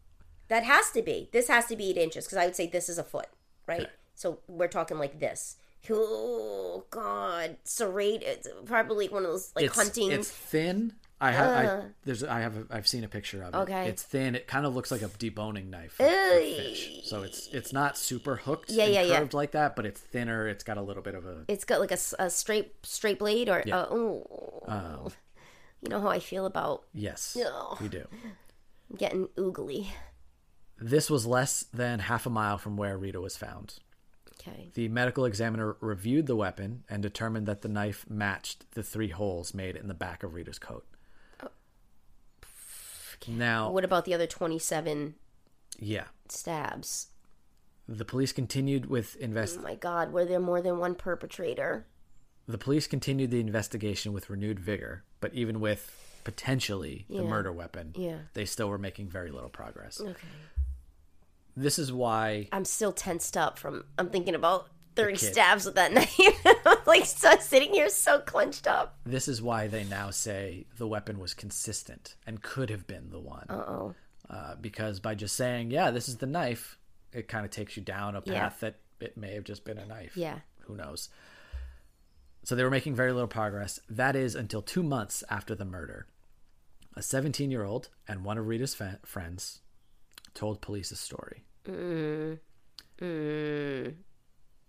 S2: That has to be. This has to be eight inches because I would say this is a foot, right? So we're talking like this. Oh God, serrate. It's probably one of those like
S1: it's,
S2: hunting. Uh.
S1: it's thin. I have I, there's I have a, I've seen a picture of it.
S2: Okay.
S1: It's thin. It kind of looks like a deboning knife for, for fish. So it's it's not super hooked
S2: Yeah,
S1: and
S2: yeah, yeah.
S1: curved like that, but it's thinner. It's got a little bit of a
S2: it's got like a, s- a straight straight blade or uh, ooh. you know how I feel about
S1: yes.
S2: No.
S1: We do.
S2: getting oogly.
S1: This was less than half a mile from where Rita was found.
S2: Okay.
S1: The medical examiner reviewed the weapon and determined that the knife matched the three holes made in the back of Rita's coat. Now,
S2: What about the other twenty seven
S1: yeah,
S2: stabs?
S1: the police continued with invest.
S2: Oh my God, were there more than one perpetrator?
S1: The police continued the investigation with renewed vigor, but even with potentially the
S2: Yeah.
S1: murder weapon,
S2: Yeah.
S1: they still were making very little progress.
S2: Okay.
S1: This is why
S2: I'm still tensed up from I'm thinking about 30
S1: kid.
S2: stabs with that *laughs* knife. I'm like so sitting here so clenched up.
S1: this is why they now say the weapon was consistent and could have been the one.
S2: Uh-oh.
S1: uh, because by just saying, "Yeah, this is the knife," it kind of takes you down a path
S2: Yeah.
S1: that it may have just been a knife.
S2: Yeah.
S1: who knows? So they were making very little progress. That is until two months after the murder. A 17 year old and one of Rita's fa- friends told police a story.
S2: Mm.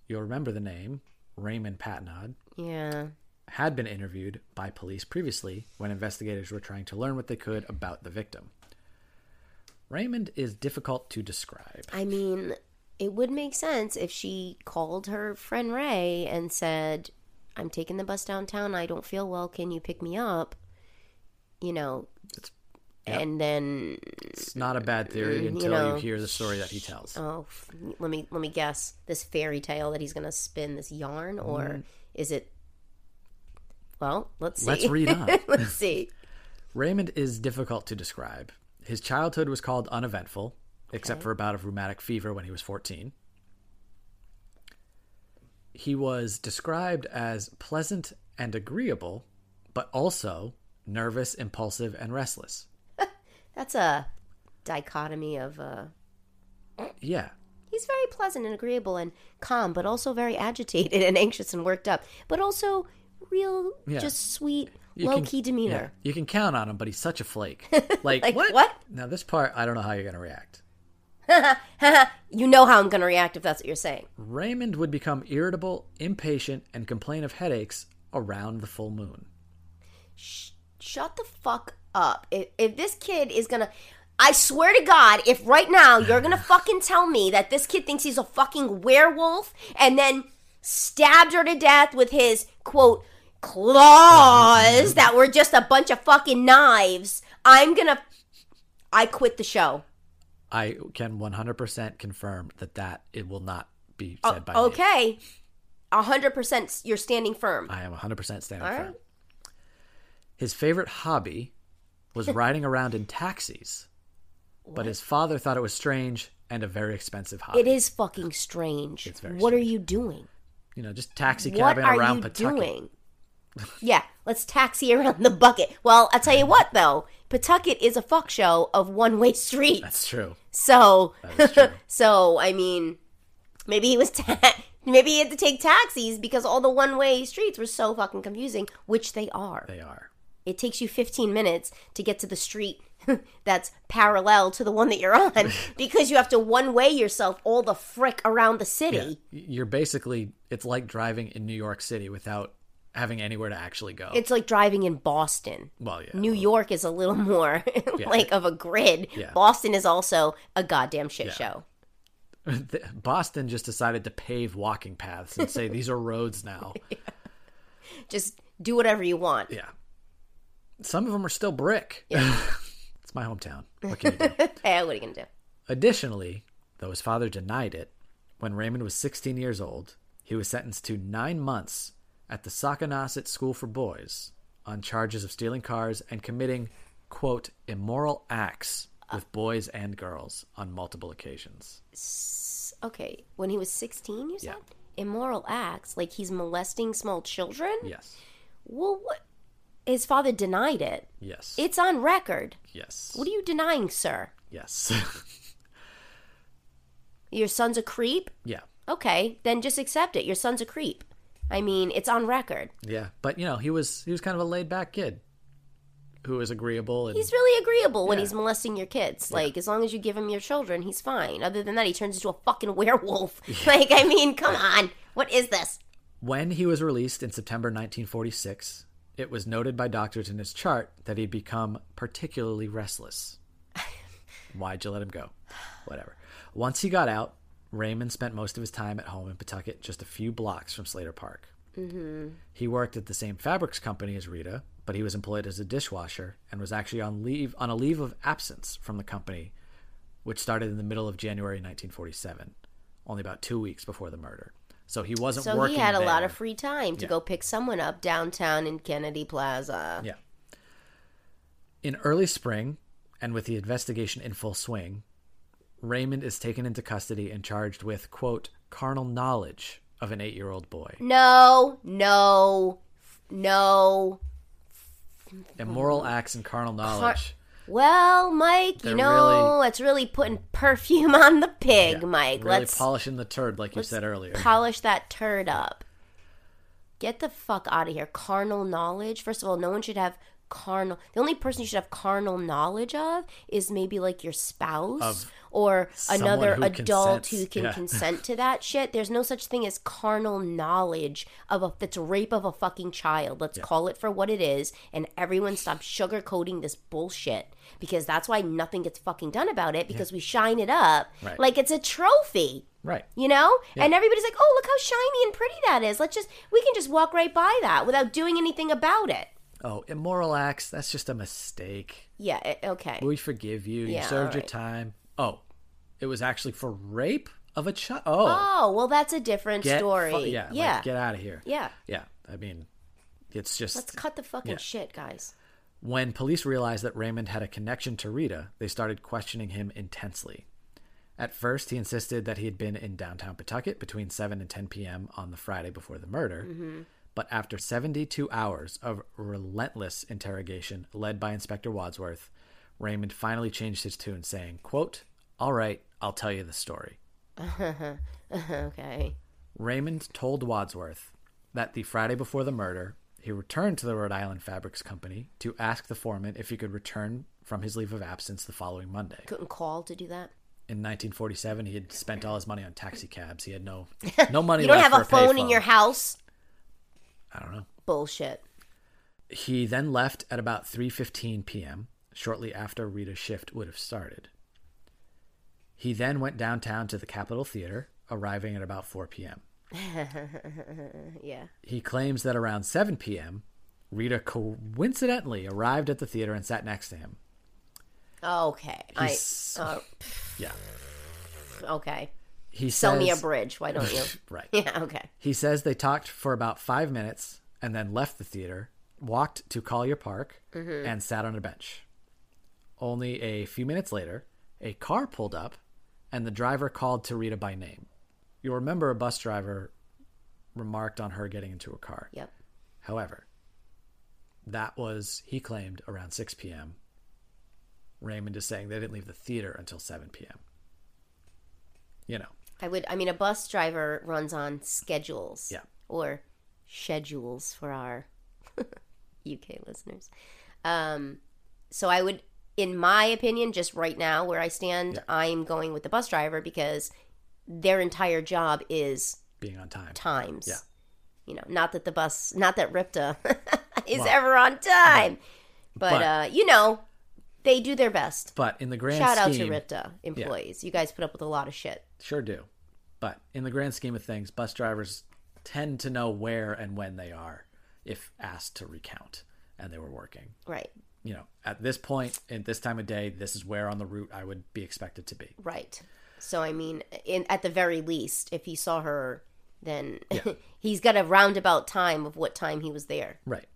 S1: You'll remember the name Raymond Patnod
S2: Yeah.
S1: had been interviewed by police previously when investigators were trying to learn what they could about the victim. Raymond is difficult to describe.
S2: I mean, it would make sense if she called her friend Ray and said, "I'm taking the bus downtown. I don't feel well. Can you pick me up?" You know,
S1: yep.
S2: and then
S1: It's not a bad theory until you,
S2: know.
S1: hear the story that he tells.
S2: oh, f- let me let me guess. This fairy tale that he's going to spin this yarn or is it Well, let's see.
S1: Let's read on.
S2: *laughs* Let's see.
S1: Raymond is difficult to describe. His childhood was called uneventful. except for a bout of rheumatic fever when he was 14. He was described as pleasant and agreeable, but also nervous, impulsive, and restless.
S2: That's a dichotomy of uh,
S1: Yeah.
S2: he's very pleasant and agreeable and calm, but also very *laughs* agitated and anxious and worked up, but also real,
S1: Yeah.
S2: just sweet,
S1: You
S2: low
S1: can-
S2: key
S1: Yeah.
S2: demeanor.
S1: You can count on him, but he's such a
S2: *laughs*
S1: flake. Like,
S2: Like,
S1: what?
S2: what?
S1: Now, this part, I don't know how you're going to react.
S2: You know how I'm going to react if that's what you're saying.
S1: Raymond would become irritable, impatient, and complain of headaches around the full moon.
S2: Shut the fuck up. If, if this kid is going to. I swear to God, if right now you're going to fucking tell me that this kid thinks he's a fucking werewolf and then stabbed her to death with his, quote, claws that were just a bunch of fucking knives, I'm going to. I quit the show.
S1: I can 100% confirm that that it will not be
S2: O-
S1: said by me.
S2: Oh, okay. a 100% you're standing firm.
S1: I am 100% standing
S2: All
S1: firm.
S2: right.
S1: His favorite hobby
S2: *laughs*
S1: was riding around in taxis, but his father thought it was strange and a very expensive hobby.
S2: It is fucking strange.
S1: very
S2: what are you doing?
S1: You know, just taxi
S2: what
S1: cabbing
S2: are
S1: around
S2: you
S1: Pawtucket.
S2: doing? yeah, let's taxi *laughs* around the bucket. Well, I'll tell you what though, Pawtucket is a fuck show of one-way streets.
S1: That's true.
S2: So,
S1: is true.
S2: *laughs* so I mean, maybe he was ta- *laughs* maybe he had to take taxis because all the one-way streets were so fucking confusing, which they are.
S1: They are.
S2: It takes you 15 minutes to get to the street *laughs* that's parallel to the one that
S1: *laughs*
S2: you're on because you have to one way yourself all the frick around the city.
S1: Yeah. You're basically, it's like driving in New York City without having anywhere to actually go.
S2: It's like driving in Boston.
S1: well, yeah. *laughs*
S2: New York is a little *laughs* more like of a grid.
S1: Yeah.
S2: Boston is also a goddamn shit show.
S1: Boston just decided to pave walking paths and say these are roads
S2: *laughs*
S1: now.
S2: Just do whatever you want.
S1: Yeah. Some of them are still brick. *laughs* it's my hometown. What can you do?
S2: *laughs* Eh, what are you going to do?
S1: Additionally, though his father denied it, when Raymond was 16 years old, he was sentenced to nine months at the Sakonasset School for Boys on charges of stealing cars and committing, quote, immoral acts with boys and girls on multiple occasions.
S2: Okay, when he was 16, you said?
S1: Yeah.
S2: Immoral acts, like he's molesting small children?
S1: Yes.
S2: Well, what? His father denied it.
S1: Yes.
S2: It's on record.
S1: yes.
S2: What are you denying, sir?
S1: yes. *laughs*
S2: Your son's a creep?
S1: yeah.
S2: Okay, then just accept it. Your son's a creep. I mean, it's on record.
S1: Yeah. But, you know, he was he was kind of a laid-back kid who was agreeable and
S2: He's really agreeable when
S1: Yeah.
S2: he's molesting your kids. Like, as long as you give him your children, he's fine. Other than that, he turns into a
S1: *laughs*
S2: fucking *laughs* werewolf. Like, I mean, come on. What is this?
S1: When he was released in September 1946, it was noted by doctors in his chart that he'd become particularly restless. Why'd you let him go? Whatever. Once he got out, Raymond spent most of his time at home in Pawtucket, just a few blocks from Slater Park.
S2: Mm-hmm.
S1: He worked at the same fabrics company as Rita, but he was employed as a dishwasher and was actually on leave on a leave of absence from the company, which started in the middle of January 1947, only about two weeks before the murder. So he wasn't
S2: So
S1: working.
S2: he had a lot
S1: there.
S2: of free time to go pick someone up downtown in Kennedy Plaza.
S1: Yeah. In early spring, and with the investigation in full swing, Raymond is taken into custody and charged with, quote, carnal knowledge of an eight year old boy,
S2: No, no, no.
S1: immoral acts and carnal knowledge.
S2: Well, Mike,
S1: They're
S2: you know,
S1: really-
S2: it's really putting perfume *laughs* on the pig,
S1: Yeah.
S2: Mike.
S1: Really
S2: Let's
S1: polishing the turd, like you said earlier.
S2: polish that turd up. Get the fuck out of here. Carnal knowledge. First of all, no one should have carnal. The only person you should have carnal knowledge of is maybe like your spouse
S1: Of
S2: or another
S1: who
S2: adult
S1: consents.
S2: who can
S1: Yeah.
S2: consent to that shit. There's no such thing as carnal knowledge of a that's rape of a fucking child. Let's call it for what it is, and everyone stop sugarcoating this bullshit because that's why nothing gets fucking done about it because we shine it up
S1: Right.
S2: like it's a trophy
S1: right.
S2: you know and everybody's like oh look how shiny and pretty that is let's just we can just walk right by that without doing anything about it
S1: Oh, immoral acts, that's just a mistake.
S2: yeah it, okay
S1: We forgive you.
S2: Yeah,
S1: you served your
S2: alright.
S1: time. Oh, it was actually for rape of a child. Oh,
S2: oh well that's a different
S1: get fu-
S2: story
S1: yeah,
S2: yeah
S1: Like, get out of here.
S2: yeah
S1: Yeah. I mean, it's just.
S2: let's cut the fucking
S1: Yeah.
S2: shit guys *laughs*
S1: When police realized that Raymond had a connection to Rita, they started questioning him intensely. At first, he insisted that he had been in downtown Pawtucket between 7 and 10 p.m. on the Friday before the murder. But after 72 hours of relentless interrogation led by Inspector Wadsworth, Raymond finally changed his tune, saying, quote, All right, I'll tell you the story.
S2: okay.
S1: Raymond told Wadsworth that the Friday before the murder, he returned to the Rhode Island Fabrics Company to ask the foreman if he could return from his leave of absence the following Monday.
S2: Couldn't call to do that.
S1: In 1947, he had spent all his money on taxi cabs. He had
S2: *laughs*
S1: no no money.
S2: You don't
S1: left
S2: have a
S1: for
S2: phone in
S1: payphone.
S2: your house?
S1: I don't know.
S2: Bullshit.
S1: He then left at about 3:15 p.m., shortly after Rita's shift would have started. He then went downtown to the Capitol Theater, arriving at about 4 p.m.
S2: Yeah.
S1: He claims that around 7 p.m., Rita coincidentally arrived at the theater and sat next to him.
S2: Okay. I,
S1: He's-
S2: uh,
S1: Yeah.
S2: okay.
S1: He
S2: Sell me a
S1: says-
S2: bridge. Why don't you?
S1: *laughs*
S2: *laughs*
S1: Right.
S2: yeah, okay.
S1: He says they talked for about five minutes and then left the theater, walked to Collier Park,
S2: Mm-hmm.
S1: and sat on a bench. Only a few minutes later, a car pulled up and the driver called to Rita by name. You'll remember a bus driver remarked on her getting into a car.
S2: Yep.
S1: However, that was, he claimed, around 6 p.m. Raymond is saying they didn't leave the theater until 7 p.m. You know,
S2: I would. I mean, a bus driver runs on schedules.
S1: Yeah.
S2: Or schedules for our *laughs* UK listeners. Um, so I would, in my opinion, just right now where I stand, I'm going with the bus driver because their entire job is
S1: being on time.
S2: times.
S1: Yeah.
S2: You know, not that the bus, not that Ripta *laughs* is ever on time, but,
S1: uh-huh. But-
S2: uh, you know, they do their best.
S1: But in the grand
S2: Shout out to
S1: scheme,
S2: Ripta employees. You guys put up with a lot of shit.
S1: Sure do. But in the grand scheme of things, bus drivers tend to know where and when they are if asked to recount and they were working.
S2: Right.
S1: You know, at this point, at this time of day, this is where on the route I would be expected to be.
S2: Right. So I mean, in at the very least, if he saw her, then *laughs* he's got a roundabout time of what time he was there.
S1: Right.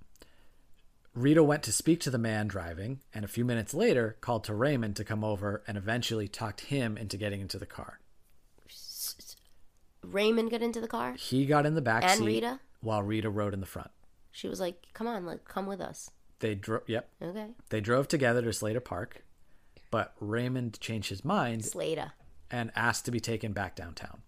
S1: Rita went to speak to the man driving and a few minutes later called to Raymond to come over and eventually talked him into getting into the car.
S2: Raymond got into the car.
S1: He got in the back
S2: And
S1: seat
S2: Rita?
S1: while Rita rode in the front.
S2: She was like, "Come on, like, come with us."
S1: They drove yep,
S2: Okay.
S1: they drove together to Slater Park, but Raymond changed his mind
S2: Slater.
S1: and asked to be taken back downtown.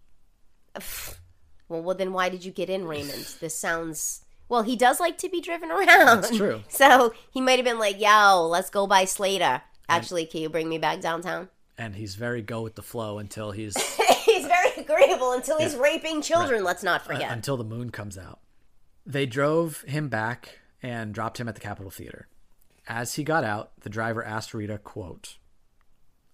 S2: Well, well, then why did you get
S1: *laughs*
S2: in, Raymond? This sounds. Well, he does like to be driven around.
S1: That's true.
S2: *laughs* So he might have been like, "Yo, let's go by Slater." Actually, can you bring me back downtown? *laughs*
S1: And he's very go with the flow until he's
S2: he's very agreeable until he's raping children. Let's not forget.
S1: until the moon comes out. They drove him back and dropped him at the Capitol Theater. As he got out, the driver asked Rita, "quote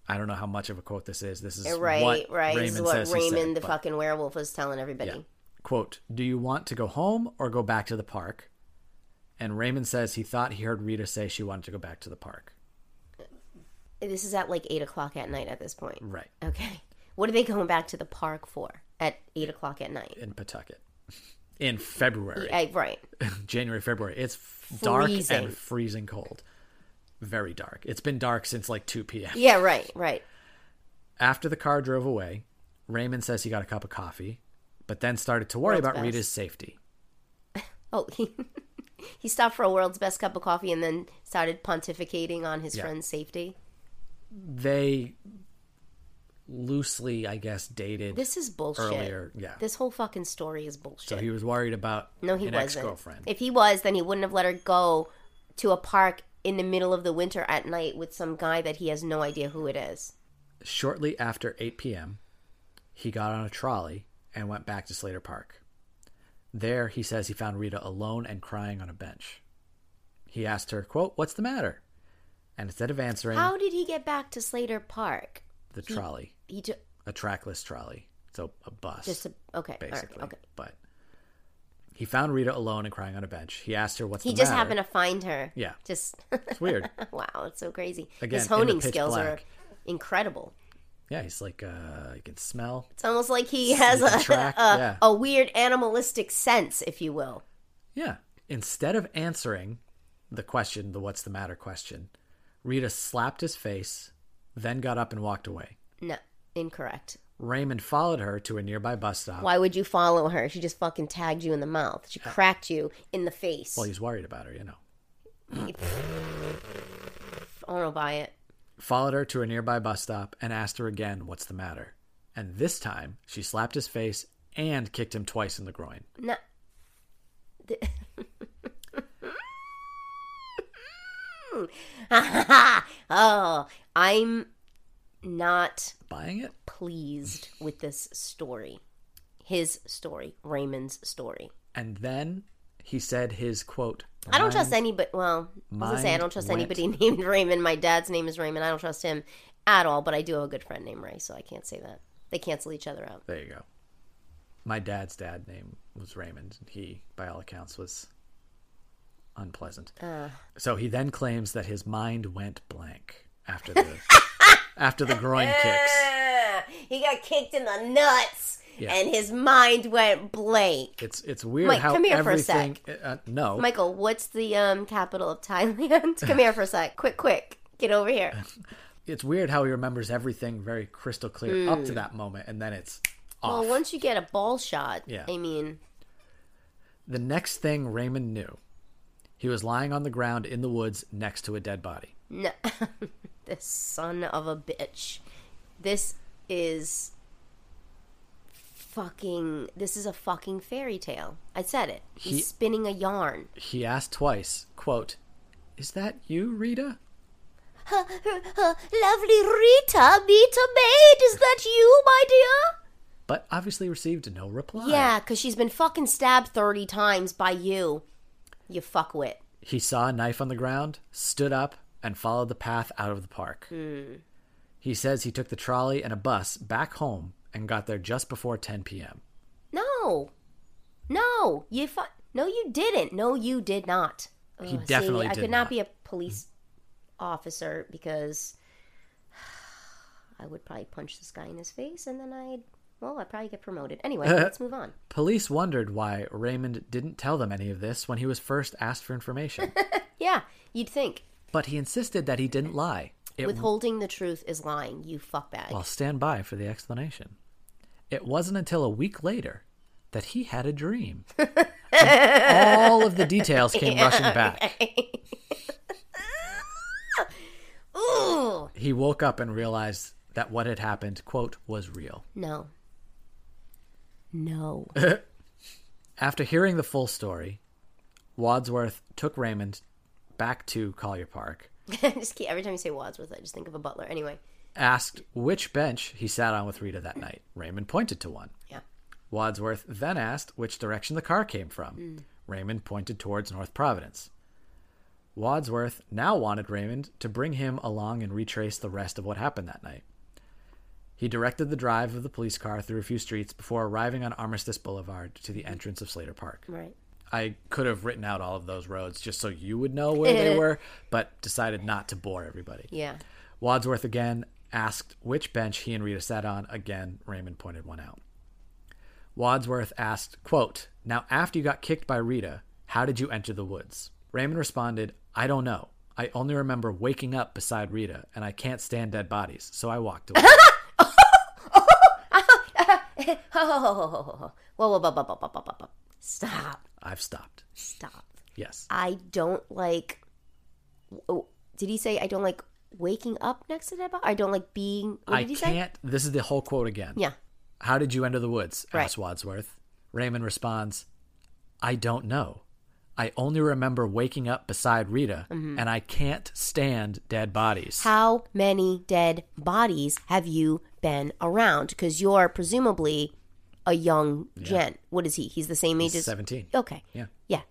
S1: I don't know how much of a quote this is. This is
S2: Right,
S1: what
S2: right.
S1: Raymond
S2: this is what
S1: says he said,
S2: Raymond the
S1: but-
S2: fucking werewolf was telling everybody.
S1: quote Do you want to go home or go back to the park?" And Raymond says he thought he heard Rita say she wanted to go back to the park.
S2: This is at like eight o'clock at night at this point.
S1: Right
S2: Okay. What are they going back to the park for at eight o'clock at night?
S1: in Pawtucket in February.
S2: Eh, right.
S1: January, February. It's f- dark
S2: Freezing.
S1: and freezing cold. Very dark. It's been dark since like 2 p.m.
S2: Yeah, right, right.
S1: After the car drove away, Raymond says he got a cup of coffee, but then started to worry
S2: World's
S1: about
S2: best.
S1: Rita's safety.
S2: Oh, he *laughs* he stopped for a world's best cup of coffee and then started pontificating on his friend's safety.
S1: They loosely, I guess, dated
S2: This is bullshit.
S1: earlier. Yeah.
S2: This whole fucking story is bullshit.
S1: so he was worried about
S2: no, he
S1: an ex
S2: wasn't.
S1: girlfriend.
S2: If he was, then he wouldn't have let her go to a park in the middle of the winter at night with some guy that he has no idea who it is.
S1: Shortly after 8 p.m., he got on a trolley and went back to Slater Park. There, he says he found Rita alone and crying on a bench. He asked her, quote, What's the matter? And instead of answering,
S2: How did he get back to Slater Park?
S1: the trolley,
S2: He took
S1: a trackless trolley. So a bus,
S2: just a, okay, all right,
S1: basically.
S2: okay.
S1: But he found Rita alone and crying on a bench. He asked her, What's
S2: He
S1: the
S2: just
S1: matter?
S2: happened to find her.
S1: Yeah.
S2: Just *laughs*
S1: It's weird. *laughs*
S2: wow, it's so crazy.
S1: Again, in
S2: His
S1: the
S2: honing
S1: pitch
S2: skills are
S1: black.
S2: incredible.
S1: yeah, he's like, uh, You can smell.
S2: It's almost like he has
S1: can
S2: a
S1: track,
S2: a,
S1: yeah.
S2: a weird animalistic sense, if you will.
S1: Yeah. Instead of answering the question, the what's the matter question, Rita slapped his face, then got up and walked away.
S2: No, Incorrect.
S1: Raymond followed her to a nearby bus stop.
S2: Why would you follow her? She just fucking tagged you in the mouth. She cracked you in the face.
S1: Well, he's worried about her, you know.
S2: I don't buy it.
S1: Followed her to a nearby bus stop and asked her again what's the matter. And this time, she slapped his face and kicked him twice in the groin.
S2: No. *laughs* oh, I'm not
S1: Buying it?
S2: pleased with this story. His story, Raymond's story.
S1: And then he said his quote.
S2: I don't trust anybody. Well, I was gonna say I
S1: mine
S2: don't trust
S1: went-
S2: anybody *laughs* named Raymond. My dad's name is Raymond. I don't trust him at all. But I do have a good friend named Ray, so I can't say that. They cancel each other out.
S1: There you go. My dad's dad name was Raymond, and he, by all accounts, was unpleasant.
S2: Uh.
S1: So he then claims that his mind went blank after
S2: *laughs*
S1: the after the groin
S2: Eh.
S1: kicks.
S2: Ah, he got kicked in the nuts,
S1: Yeah.
S2: and his mind went blank.
S1: It's it's weird
S2: Mike,
S1: how
S2: come here for a
S1: everything.
S2: sec.
S1: uh, no,
S2: Michael, what's the um, capital of Thailand? *laughs* Come here for a sec. Quick, quick. Get over here.
S1: it's weird how he remembers everything very crystal clear up to that moment, and then it's off.
S2: Hmm. Well, once you get a ball shot,
S1: Yeah.
S2: I mean,
S1: The next thing Raymond knew, he was lying on the ground in the woods next to a dead body.
S2: no. *laughs* this son of a bitch. This is fucking. This is a fucking fairy tale. I said it. He's
S1: He-
S2: spinning
S1: *laughs*
S2: a yarn.
S1: He asked twice, "Quote, is that you, Rita?"
S2: Uh, Lovely Rita, Rita maid, is that you, my dear?
S1: but obviously received no reply.
S2: Yeah, because she's been fucking stabbed 30 times by you. You fuckwit.
S1: He saw a knife on the ground, stood up, and followed the path out of the park. He says he took the trolley and a bus back home and got there just before 10 p.m.
S2: No. No. You fu- No, you didn't. No, you did not.
S1: He
S2: Ugh,
S1: definitely
S2: Oh, I
S1: did
S2: could not,
S1: not. Mm-hmm.
S2: be a police officer because *sighs* I would probably punch this guy in his face and then I'd, well, I'd probably get promoted. Anyway,
S1: *laughs*
S2: let's move on.
S1: Police wondered why Raymond didn't tell them any of this when he was first asked for information,
S2: Yeah, you'd think.
S1: but he insisted that he didn't lie. It
S2: Withholding the truth is lying, you fuckbag.
S1: I'll stand by for the explanation. It wasn't until a week later that he had a dream. And all of the details came rushing back.
S2: Ooh!
S1: he woke up and realized that what had happened, quote, was real.
S2: No. No. *laughs*
S1: After hearing the full story, Wadsworth took Raymond back to Collier Park,
S2: I just keep, every time you say Wadsworth, I just think of a butler. Anyway,
S1: asked which bench he sat on with Rita that night. Raymond pointed to one.
S2: yeah.
S1: Wadsworth then asked which direction the car came from. Raymond pointed towards North Providence. Wadsworth now wanted Raymond to bring him along and retrace the rest of what happened that night. He directed the drive of the police car through a few streets before arriving on Armistice Boulevard to the entrance of Slater Park.
S2: Right.
S1: I could have written out all of those roads just so you would know where they were, but decided not to bore everybody.
S2: Yeah.
S1: Wadsworth again asked which bench he and Rita sat on. Again, Raymond pointed one out. Wadsworth asked, quote, Now, after you got kicked by Rita, how did you enter the woods? Raymond responded, I don't know. I only remember waking up beside Rita, and I can't stand dead bodies, so I walked
S2: *laughs*
S1: away.
S2: Oh, whoa, whoa, whoa, whoa, whoa, whoa, whoa, whoa. Stop.
S1: I've stopped.
S2: Stop.
S1: Yes.
S2: I don't like. Oh, did he say I don't like waking up next to that? bo- I don't like being. What
S1: I
S2: did he say?
S1: can't. This is the whole quote again.
S2: Yeah.
S1: How did you enter the woods?
S2: Right.
S1: asks Wadsworth. Raymond responds, I don't know. I only remember waking up beside Rita, and I can't stand dead bodies.
S2: Mm-hmm. How many dead bodies have you been around? Because you're presumably a young gent. What is he? He's the same age as
S1: 17.
S2: Okay.
S1: Yeah.
S2: Yeah.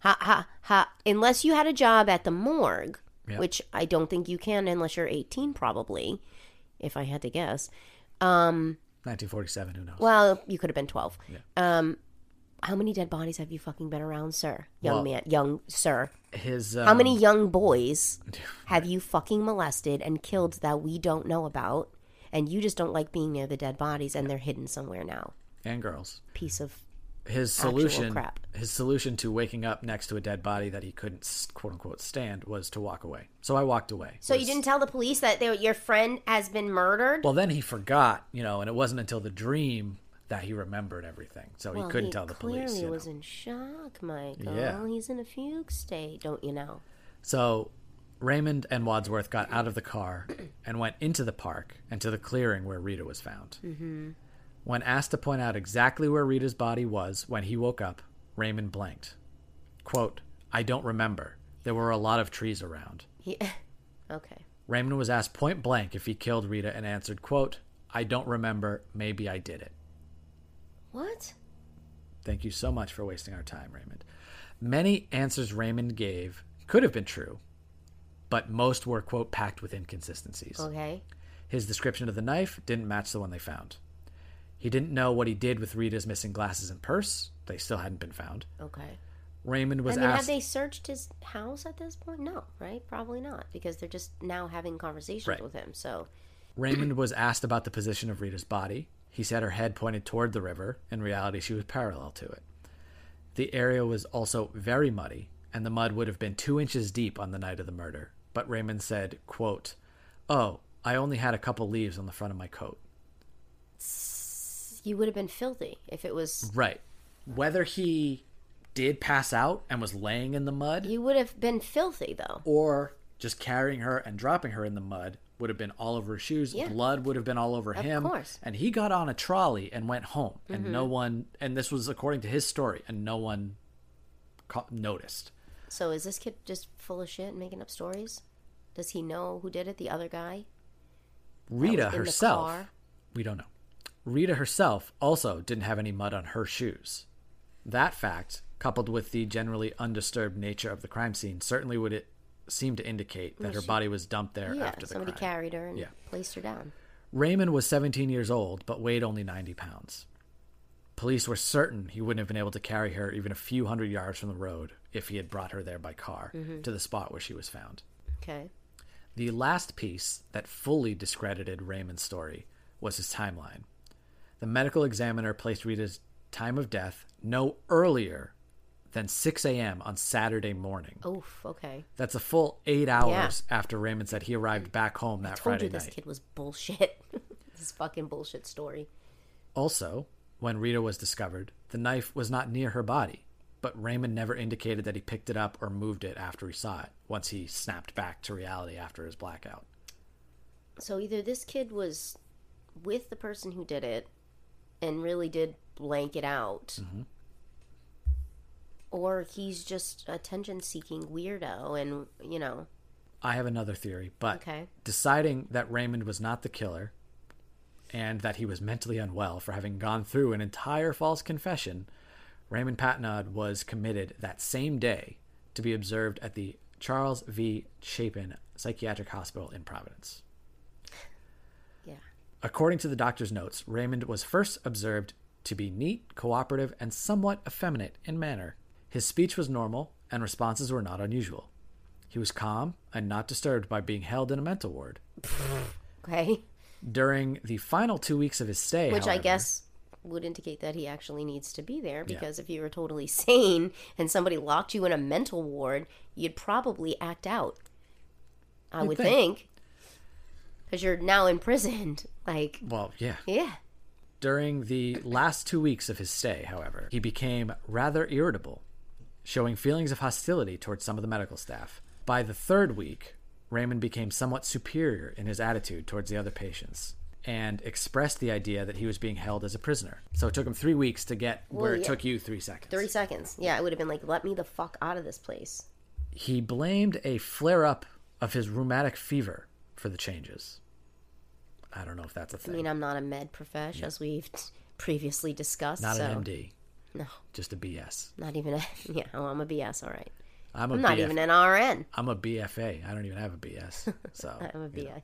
S2: Ha ha ha. Unless you had a job at the morgue,
S1: Yeah.
S2: which I don't think you can unless you're 18, probably, if I had to guess.
S1: 1947, who knows?
S2: Well, you could have been 12. Um, how many dead bodies have you fucking been around, sir? Young
S1: Well-
S2: man, young sir.
S1: His,
S2: How
S1: um,
S2: many young boys *laughs* have you fucking molested and killed that we don't know about? And you just don't like being near the dead bodies and they're hidden somewhere now.
S1: And girls.
S2: Piece of
S1: his
S2: actual
S1: solution
S2: crap.
S1: his solution to waking up next to a dead body that he couldn't s- quote unquote stand was to walk away. So I walked away.
S2: So you didn't tell the police that they, your friend has been murdered?
S1: Well, then he forgot, you know, and it wasn't until the dream that he remembered everything. So he couldn't tell the police.
S2: Clearly
S1: you know.
S2: was in shock, Michael.
S1: Yeah.
S2: He's in a fugue state, don't you know?
S1: So Raymond and Wadsworth got out of the car and went into the park and to the clearing where Rita was found. Mm-hmm. When asked to point out exactly where Rita's body was when he woke up, Raymond blanked. Quote, I don't remember. There were a lot of trees around.
S2: He, *laughs* okay.
S1: Raymond was asked point blank if he killed Rita and answered, quote, I don't remember. Maybe I did it.
S2: What?
S1: Thank you so much for wasting our time, Raymond. Many answers Raymond gave could have been true, but most were, quote, packed with inconsistencies.
S2: Okay.
S1: His description of the knife didn't match the one they found. He didn't know what he did with Rita's missing glasses and purse. They still hadn't been found.
S2: Okay.
S1: Raymond
S2: I
S1: was
S2: mean, have
S1: asked.
S2: they searched his house at this point? No, right? Probably not, because they're just now having conversations
S1: Right.
S2: with him. So,
S1: Raymond was asked about the position of Rita's body. He said her head pointed toward the river. In reality, she was parallel to it. The area was also very muddy, and the mud would have been two inches deep on the night of the murder. But Raymond said, quote, Oh, I only had a couple leaves on the front of my coat.
S2: you would have been filthy if it was.
S1: Right. Whether he did pass out and was laying in the mud,
S2: You would have been filthy, though.
S1: or just carrying her and dropping her in the mud would have been all over her shoes.
S2: Yeah.
S1: Blood would have been all over him.
S2: course. Mm-hmm.
S1: And he got on a trolley and went home. And no one, and this was according to his story, and no one ca- noticed.
S2: So, is this kid just full of shit and making up stories? Does he know who did it? The other guy?
S1: Rita
S2: in the
S1: herself,
S2: car?
S1: we don't know. Rita herself also didn't have any mud on her shoes. That fact, coupled with the generally undisturbed nature of the crime scene, certainly would it seem to indicate that her body was dumped there
S2: Yeah,
S1: after the
S2: somebody
S1: crime.
S2: carried her and
S1: Yeah.
S2: placed her down.
S1: Raymond was 17 years old, but weighed only 90 pounds. Police were certain he wouldn't have been able to carry her even a few hundred yards from the road if he had brought her there by car
S2: Mm-hmm.
S1: to the spot where she was found.
S2: Okay.
S1: The last piece that fully discredited Raymond's story was his timeline. The medical examiner placed Rita's time of death no earlier than 6 a.m. on Saturday morning.
S2: Oof. Okay.
S1: That's a full eight hours after Raymond said he arrived back home that
S2: Mm. Told
S1: Friday
S2: you this
S1: night.
S2: kid was bullshit. *laughs* this fucking bullshit story.
S1: Also, when Rita was discovered, the knife was not near her body, but Raymond never indicated that he picked it up or moved it after he saw it, once he snapped back to reality after his blackout.
S2: So either this kid was with the person who did it and really did blank it out,
S1: Mm-hmm.
S2: or he's just attention seeking weirdo and, you know,
S1: I have another theory, but
S2: Okay.
S1: deciding that Raymond was not the killer and that he was mentally unwell for having gone through an entire false confession, Raymond Patnod was committed that same day to be observed at the Charles V. Chapin Psychiatric Hospital in Providence.
S2: yeah.
S1: According to the doctor's notes, Raymond was first observed to be neat, cooperative, and somewhat effeminate in manner. His speech was normal, and responses were not unusual. He was calm and not disturbed by being held in a mental ward.
S2: Okay.
S1: During the final two weeks of his stay,
S2: Which I
S1: however-
S2: guess would indicate that he actually needs to be there because if you were totally *laughs* sane and somebody locked you in a mental ward, you'd probably act out. I
S1: You'd
S2: would
S1: think.
S2: think. Because you're now imprisoned. *laughs* Like,
S1: well, yeah.
S2: yeah.
S1: During the last two weeks of his stay, however, he became rather irritable, showing feelings of hostility towards some of the medical staff. By the third week, Raymond became somewhat superior in his attitude towards the other patients and expressed the idea that he was being held as a prisoner. So it took him three weeks to get where it
S2: yeah.
S1: took you three seconds.
S2: Three seconds. Yeah, it would have been like, let me the fuck out of this place.
S1: He blamed a flare up of his rheumatic fever for the changes. I don't know if that's a
S2: I
S1: thing.
S2: mean, I'm not a med profesh, as we've *laughs* previously discussed.
S1: Not
S2: so.
S1: an MD,
S2: No,
S1: just a BS.
S2: not even a. *laughs* Yeah, oh, I'm a BS, all right.
S1: I'm a
S2: I'm not
S1: BF
S2: even an RN.
S1: I'm a BFA. I don't even have a
S2: *laughs*
S1: BS. So
S2: I'm a BS.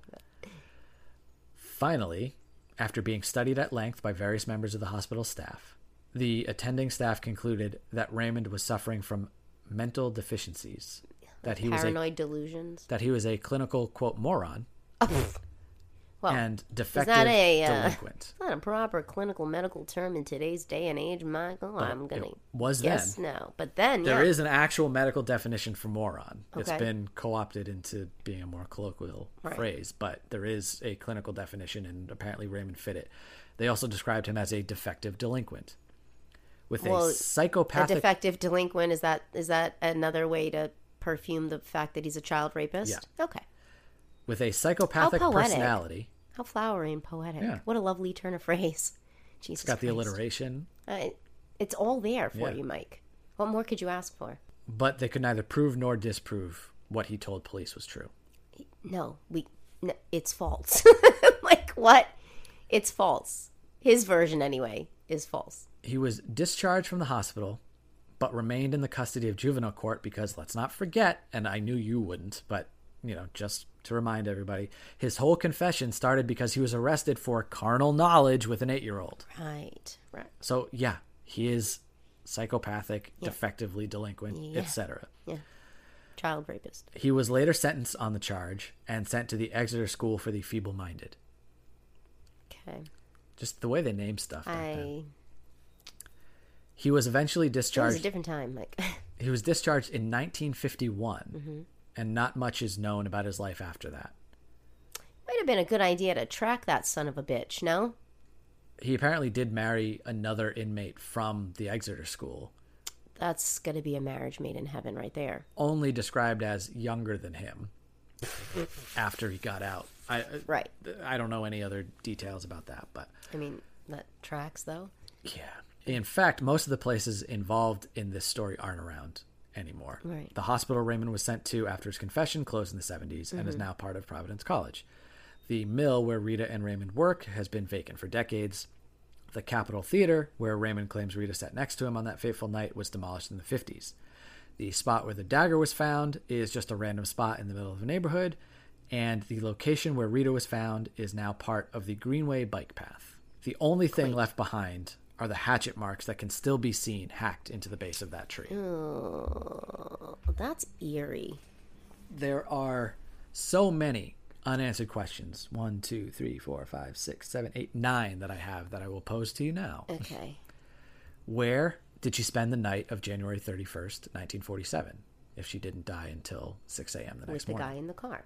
S1: finally, after being studied at length by various members of the hospital staff, the attending staff concluded that Raymond was suffering from mental deficiencies, that he was a,
S2: Paranoid delusions.
S1: that he was a clinical quote moron,
S2: *laughs* Well,
S1: and
S2: not
S1: defective
S2: a, uh,
S1: delinquent.
S2: It's not a proper clinical medical term in today's day and age, Michael. I'm gonna
S1: Was
S2: guess
S1: Oh, then.
S2: no, but then
S1: There
S2: yeah.
S1: is an actual medical definition for moron. It's
S2: Okay.
S1: been co opted into being a more colloquial
S2: Right.
S1: phrase, but there is a clinical definition, and apparently Raymond fit it. They also described him as a defective delinquent with
S2: Well,
S1: a
S2: a a
S1: psychopathic.
S2: defective delinquent. Is that is that another way to perfume the fact that he's a child rapist?
S1: Yeah.
S2: Okay.
S1: with a psychopathic
S2: How poetic.
S1: personality.
S2: How flowery and poetic.
S1: Yeah.
S2: What a lovely turn of *laughs* phrase.
S1: It's
S2: Jesus
S1: got the
S2: Christ.
S1: alliteration,
S2: Uh, it's all there for
S1: Yeah.
S2: you, Mike. What more could you ask for?
S1: but they could neither prove nor disprove what he told police was true.
S2: No, we. No, it's false. *laughs* like what? It's false. His version, anyway, is false.
S1: He was discharged from the hospital, but remained in the custody of juvenile court because let's not forget, and I knew you wouldn't, but you know, just to remind everybody, his whole confession started because he was arrested for carnal knowledge with an eight year old.
S2: Right. Right.
S1: So yeah, he is psychopathic, defectively delinquent,
S2: Yeah.
S1: etc.
S2: Child rapist.
S1: He was later sentenced on the charge and sent to the Exeter School for the Feeble Minded.
S2: Okay.
S1: Just the way they name stuff. back then.
S2: I.
S1: He was eventually
S2: It was a
S1: discharged.
S2: different time, *laughs* Mike.
S1: he was discharged in 1951, and not much is known about his life after that.
S2: Might have been a good idea to track that son of a bitch. No.
S1: He apparently did marry another inmate from the Exeter School,
S2: That's gonna be a marriage made in heaven right there.
S1: only described as younger than him after he got out. I
S2: Right.
S1: I don't know any other details about that, but
S2: I mean, that tracks though.
S1: yeah. In fact, most of the places involved in this story aren't around anymore.
S2: Right.
S1: The hospital Raymond was sent to after his confession closed in the 70s and is now part of Providence College. The mill where Rita and Raymond work has been vacant for decades. The Capitol Theater, where Raymond claims Rita sat next to him on that fateful night, was demolished in the 50s. The spot where the dagger was found is just a random spot in the middle of a neighborhood, and the location where Rita was found is now part of the Greenway bike path. The only thing left behind are the hatchet marks that can still be seen hacked into the base of that tree.
S2: Oh, that's eerie.
S1: there are so many unanswered questions one two three four five six seven eight nine that i have that i will pose to you now
S2: Okay.
S1: where did she spend the night of january 31st 1947 if she didn't die until 6 a.m the
S2: With
S1: next
S2: the
S1: morning
S2: guy in the car,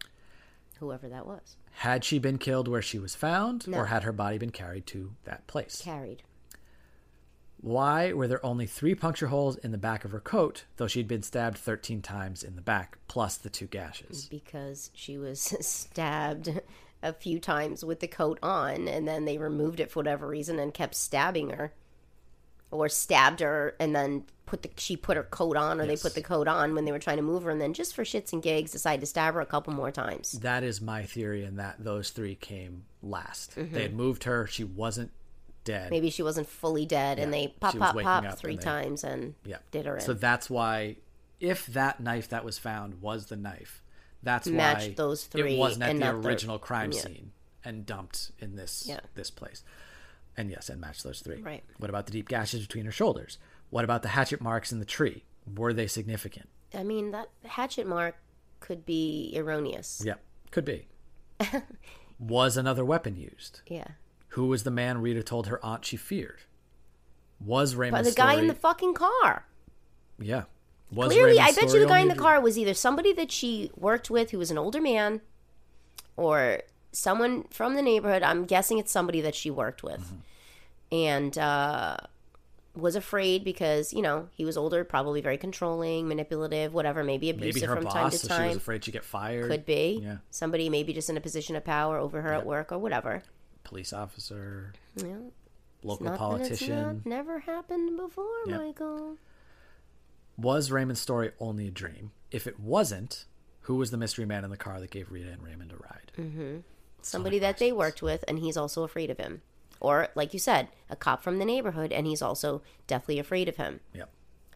S2: whoever that was,
S1: had she been killed where she was found
S2: No.
S1: or had her body been carried to that place
S2: carried.
S1: why were there only three puncture holes in the back of her coat though she'd been stabbed 13 times in the back plus the two gashes
S2: because she was *laughs* stabbed a few times with the coat on and then they removed it for whatever reason and kept stabbing her or stabbed her and then put the she put her coat on or
S1: Yes.
S2: they put the coat on when they were trying to move her and then just for shits and gigs decided to stab her a couple more times
S1: That is my theory, and that those three came last. They had moved her; she wasn't dead.
S2: maybe she wasn't fully dead and they pop
S1: she was
S2: pop
S1: waking
S2: pop
S1: up
S2: three
S1: and they-
S2: times and
S1: yeah,
S2: did her in
S1: So that's why, if that knife that was found was the knife, that's why
S2: Matched those three
S1: It wasn't at
S2: and
S1: the
S2: not the-
S1: original crime scene and dumped in this
S2: Yeah.
S1: this place. And yes, and matched those three.
S2: Right.
S1: What about the deep gashes between her shoulders? What about the hatchet marks in the tree? Were they significant?
S2: i mean that hatchet mark could be erroneous
S1: Yeah, could
S2: *laughs*
S1: be. was another weapon used?
S2: yeah
S1: Who was the man Rita told her aunt she feared? Was
S2: but
S1: Raymond
S2: the guy in the fucking car
S1: yeah? Was
S2: Clearly,
S1: Raymond's
S2: I bet you
S1: story
S2: the guy in
S1: only
S2: the car was either somebody that she worked with who was an older man or someone from the neighborhood. I'm guessing it's somebody that she worked with
S1: Mm-hmm.
S2: and uh, was afraid because, you know, he was older, probably very controlling, manipulative, whatever, maybe abusive
S1: maybe her
S2: from
S1: boss,
S2: time to
S1: so she was
S2: time.
S1: afraid she'd get fired.
S2: Could be.
S1: Yeah.
S2: Somebody maybe just in a position of power over her at work or whatever.
S1: police officer,
S2: Yeah.
S1: local
S2: Not that it's
S1: politician.
S2: not, never happened before,
S1: Yeah.
S2: Michael.
S1: Was Raymond's story only a dream? If it wasn't, who was the mystery man in the car that gave Rita and Raymond a ride?
S2: Mm. somebody that they worked with and he's also afraid of him or like you said a cop from the neighborhood and he's also deathly afraid of him
S1: Yep.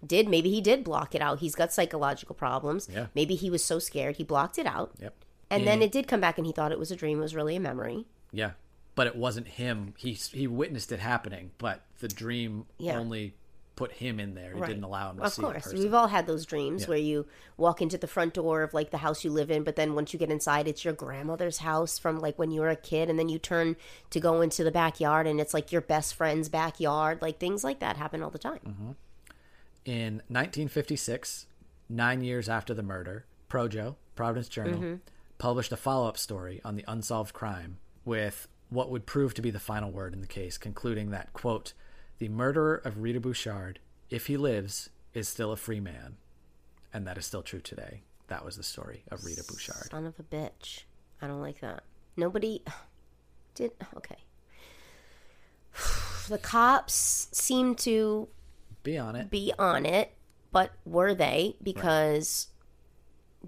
S2: did maybe he did block it out he's got psychological problems
S1: Yeah.
S2: maybe he was so scared he blocked it out
S1: Yep.
S2: and then it did come back and he thought it was a dream it was really a memory
S1: Yeah, but it wasn't him. He he witnessed it happening, but the dream
S2: Yeah.
S1: only put him in there. It
S2: Right.
S1: didn't allow him to
S2: Of
S1: see the
S2: course.
S1: person.
S2: We've all had those dreams where you walk into the front door of like the house you live in, but then once you get inside, it's your grandmother's house from like when you were a kid, and then you turn to go into the backyard and it's like your best friend's backyard. Like things like that happen all the time.
S1: in 1956, nine years after the murder, Projo, Providence Journal,
S2: Mm-hmm.
S1: published a follow up story on the unsolved crime with what would prove to be the final word in the case, concluding that, quote, the murderer of Rita Bouchard, if he lives, is still a free man. And that is still true today. That was the story of Rita Bouchard.
S2: Son of a bitch. I don't like that. Nobody *sighs* did. Okay. *sighs* The cops seem to
S1: Be on it.
S2: be on it, but were they? Because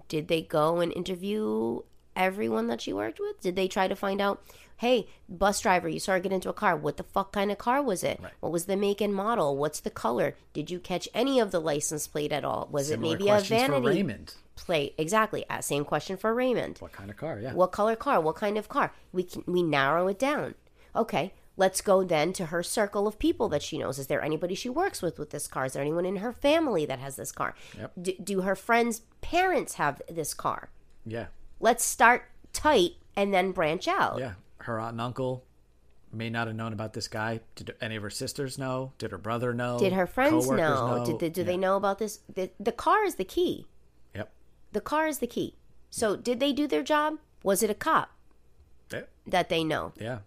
S2: did they go and interview everyone that she worked with? Did they try to find out, hey, bus driver, you saw her get into a car. What the fuck kind of car was it? What was the make and model? What's the color? Did you catch any of the license plate at all? Was
S1: Similar
S2: it maybe a
S1: questions for
S2: vanity
S1: Raymond.
S2: plate? Exactly. Uh, Same question for Raymond.
S1: What kind of car? Yeah.
S2: What color car? What kind of car? We can we narrow it down. Okay, let's go then to her circle of people that she knows. Is there anybody she works with with this car? Is there anyone in her family that has this car?
S1: Yep.
S2: D- do her friends' parents have this car?
S1: yeah.
S2: Let's start tight and then branch out.
S1: Yeah, her aunt and uncle may not have known about this guy. Did any of her sisters know? Did her brother know?
S2: Did her friends
S1: Coworkers
S2: know? Did they, do
S1: Yeah.
S2: they know about this? The, the car is the key.
S1: Yep.
S2: The car is the key. So did they do their job? Was it a cop
S1: Yeah.
S2: that they know?
S1: yeah.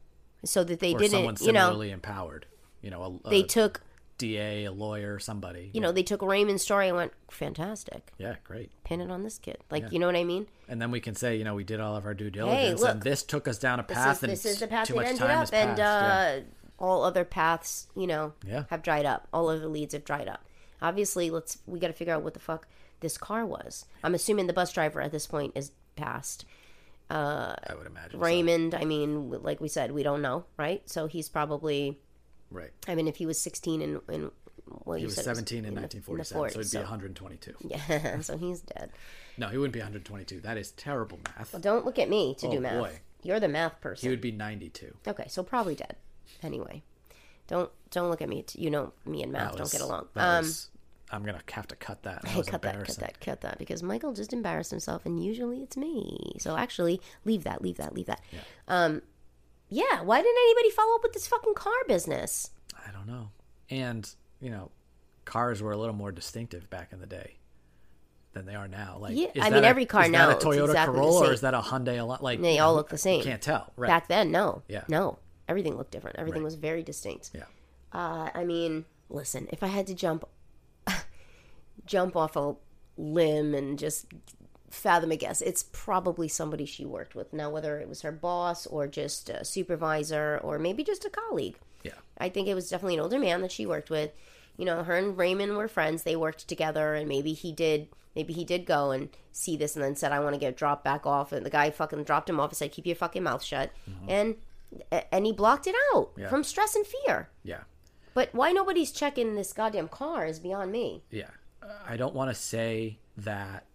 S2: So that they
S1: Or someone
S2: didn't, you know,
S1: similarly empowered. You know, a, a
S2: they took
S1: DA, a lawyer, somebody.
S2: you know, they took Raymond's story and went, fantastic.
S1: yeah, great.
S2: Pin it on this kid. Like, you know what I mean?
S1: And then we can say, you know, we did all of our due diligence, and
S2: look,
S1: this took us down a
S2: This
S1: path,
S2: is, this
S1: and
S2: is the path
S1: too
S2: that
S1: much
S2: ended
S1: time
S2: up,
S1: has
S2: and
S1: passed. Yeah.
S2: uh, all other paths, you know,
S1: Yeah.
S2: have dried up. All of the leads have dried up. Obviously, let's we got to figure out what the fuck this car was. I'm assuming the bus driver at this point is past. uh,
S1: I would imagine. so.
S2: Raymond, I mean, like we said, we don't know, right? So he's probably.
S1: Right.
S2: I mean, if he was 16 and and well,
S1: He was 17 in 1947, so he'd be 122.
S2: *laughs* yeah, so he's dead.
S1: No, he wouldn't be 122. That is terrible math.
S2: Don't look at me to do math.
S1: Oh, boy.
S2: You're the math person.
S1: He would be 92.
S2: Okay, so probably dead. Anyway, don't don't look at me. T- You know me and
S1: That
S2: math don't
S1: was-
S2: get along.
S1: that
S2: Um,
S1: was- I'm gonna have to cut that. That was
S2: cut that, cut
S1: embarrassing.
S2: that, cut that, because Michael just embarrassed himself, and usually it's me. So actually, leave that, leave that, leave that. Yeah. Um, yeah. Why didn't anybody follow up with this fucking car business?
S1: I don't know. And you know, cars were a little more distinctive back in the day than they are now. Like,
S2: Yeah,
S1: is
S2: I
S1: that
S2: mean,
S1: a-
S2: every car
S1: is
S2: now,
S1: that
S2: it's
S1: a Toyota
S2: exactly the
S1: Corolla
S2: same.
S1: or is that a Hyundai? Elan- Like,
S2: They all look the
S1: you
S2: same.
S1: can't tell, right?
S2: Back then, no.
S1: Yeah.
S2: No, everything looked different. Everything
S1: Right.
S2: was very distinct.
S1: yeah,
S2: Uh, I mean, listen, if I had to jump *laughs* jump off a limb and just fathom a guess, it's probably somebody she worked with. Now, whether it was her boss or just a supervisor or maybe just a colleague,
S1: yeah,
S2: I think it was definitely an older man that she worked with. You know, her and Raymond were friends. They worked together, and maybe he did. Maybe he did go and see this, and then said, "I want to get dropped back off." And the guy fucking dropped him off and said, "Keep your fucking mouth shut," and and he blocked it out
S1: Mm-hmm. Yeah.
S2: from stress and fear.
S1: yeah,
S2: But why nobody's checking this goddamn car is beyond me.
S1: yeah. Uh, I don't want to say that.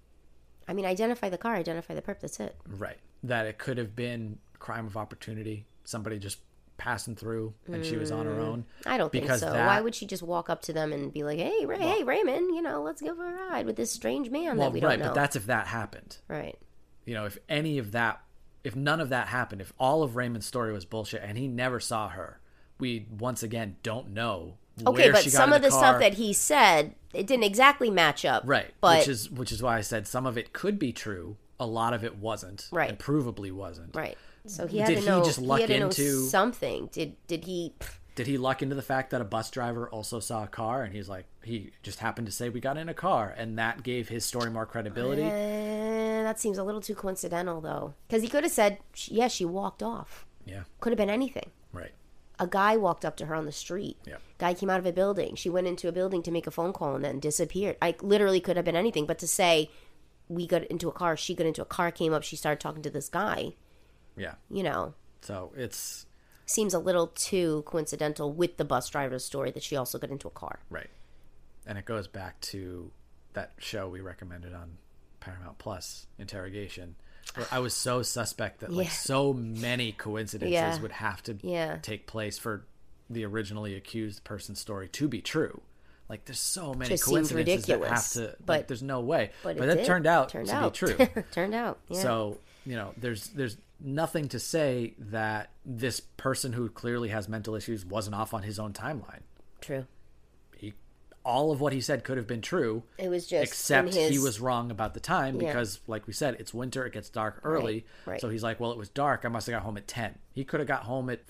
S2: I mean, identify the car, identify the perp. That's it.
S1: Right, that it could have been crime of opportunity. Somebody just passing through, and she was
S2: Mm.
S1: on her own.
S2: I don't
S1: Because
S2: think so.
S1: that-
S2: Why would she just walk up to them and be like, "Hey, Ray, hey, Raymond, you know, let's go for a ride with this strange man
S1: Well,
S2: that we don't
S1: right,
S2: know."
S1: but that's if that happened.
S2: right.
S1: you know, if any of that, if none of that happened, if all of Raymond's story was bullshit and he never saw her, we once again don't know.
S2: Okay,
S1: where
S2: but
S1: she got
S2: some
S1: in
S2: of the
S1: car.
S2: stuff that he said, it didn't exactly match up.
S1: right,
S2: But
S1: which is which is why I said some of it could be true, a lot of it wasn't,
S2: Right.
S1: and provably wasn't.
S2: right. So he had
S1: Did
S2: to
S1: he
S2: know.
S1: just luck
S2: had to know
S1: into-
S2: something? Did did he?
S1: Did he luck into the fact that a bus driver also saw a car and he's like, he just happened to say we got in a car, and that gave his story more credibility?
S2: Eh, that seems a little too coincidental, though, because he could have said, "Yeah, she walked off."
S1: yeah,
S2: Could have been anything.
S1: right.
S2: a guy walked up to her on the street.
S1: Yeah.
S2: Guy came out of a building. She went into a building to make a phone call and then disappeared. I literally could have been anything, but to say we got into a car, she got into a car, came up, she started talking to this guy,
S1: Yeah.
S2: you know,
S1: So it's
S2: seems a little too coincidental with the bus driver's story that she also got into a car.
S1: Right. And it goes back to that show we recommended on Paramount Plus, Interrogation. Where I was so suspect that like
S2: Yeah.
S1: so many coincidences
S2: Yeah.
S1: would have to
S2: Yeah.
S1: take place for the originally accused person's story to be true. Like there's so many
S2: Just seems
S1: coincidences that have
S2: ridiculous,
S1: to. like,
S2: but-
S1: there's no way.
S2: But,
S1: But,
S2: it
S1: that
S2: did.
S1: turned out
S2: turned
S1: to
S2: out.
S1: be true.
S2: turned out. *laughs* Yeah.
S1: So you know, there's there's nothing to say that this person who clearly has mental issues wasn't off on his own timeline.
S2: true.
S1: He, all of what he said could have been true,
S2: It was just in
S1: except he
S2: his-
S1: was wrong about the time
S2: Yeah.
S1: because, like we said, it's winter. It gets dark early,
S2: right.
S1: so he's like, "Well, it was dark. I must have got home at ten. He could have got home at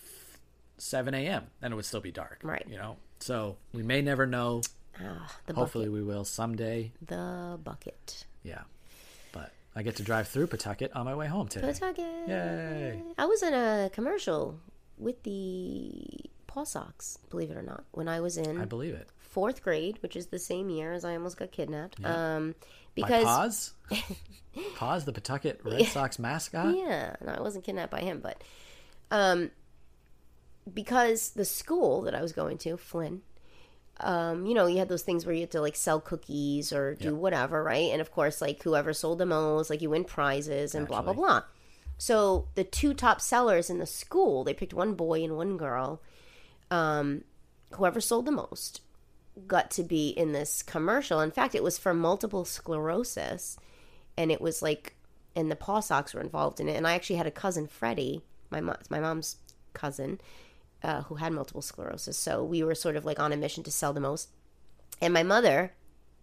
S1: seven a.m. and it would still be dark,
S2: Right.
S1: You know, so we may never know.
S2: Ah, the
S1: Hopefully, we will someday.
S2: bucket. The bucket.
S1: Yeah, but I get to drive through Pawtucket on my way home today.
S2: Pawtucket.
S1: Yay!
S2: I was in a commercial with the Paw Sox, believe it or not, when I was in
S1: I believe it.
S2: fourth grade, which is the same year as I almost got kidnapped. Um,
S1: By
S2: because *laughs*
S1: Paws? Paws, the Pawtucket Red Sox mascot?
S2: yeah, no, I wasn't kidnapped by him, but um, because the school that I was going to, Flynn, um, you know, you had those things where you had to like sell cookies or do whatever, right? And of course, like whoever sold the most, like you win prizes and blah blah
S1: Naturally.
S2: blah. So the two top sellers in the school, they picked one boy and one girl. Um, whoever sold the most got to be in this commercial. In fact, it was for multiple sclerosis, and it was like, and the Paw Sox were involved in it. And I actually had a cousin, Freddie, my mom, my mom's cousin, uh, who had multiple sclerosis. So we were sort of like on a mission to sell the most. And my mother,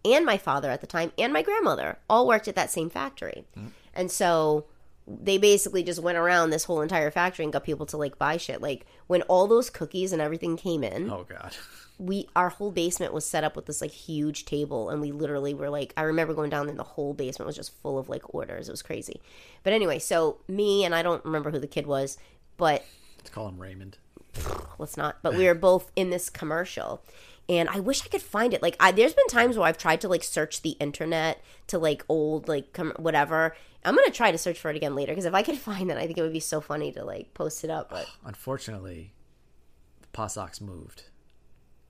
S2: and my father at the time, and my grandmother all worked at that same factory, and so they basically just went around this whole entire factory and got people to like buy shit. Like when all those cookies and everything came in,
S1: Oh, God. *laughs*
S2: we our whole basement was set up with this like huge table and we literally were like i remember going down there and the whole basement was just full of like orders it was crazy but anyway so me and i don't remember who the kid was but
S1: Let's call him Raymond.
S2: let's not but we were both in this commercial and i wish i could find it like I, there's been times where i've tried to like search the internet to like old like com- whatever i'm gonna try to search for it again later because if i could *laughs* find it i think it would be so funny to like post it up but
S1: Unfortunately, the Paw Sox moved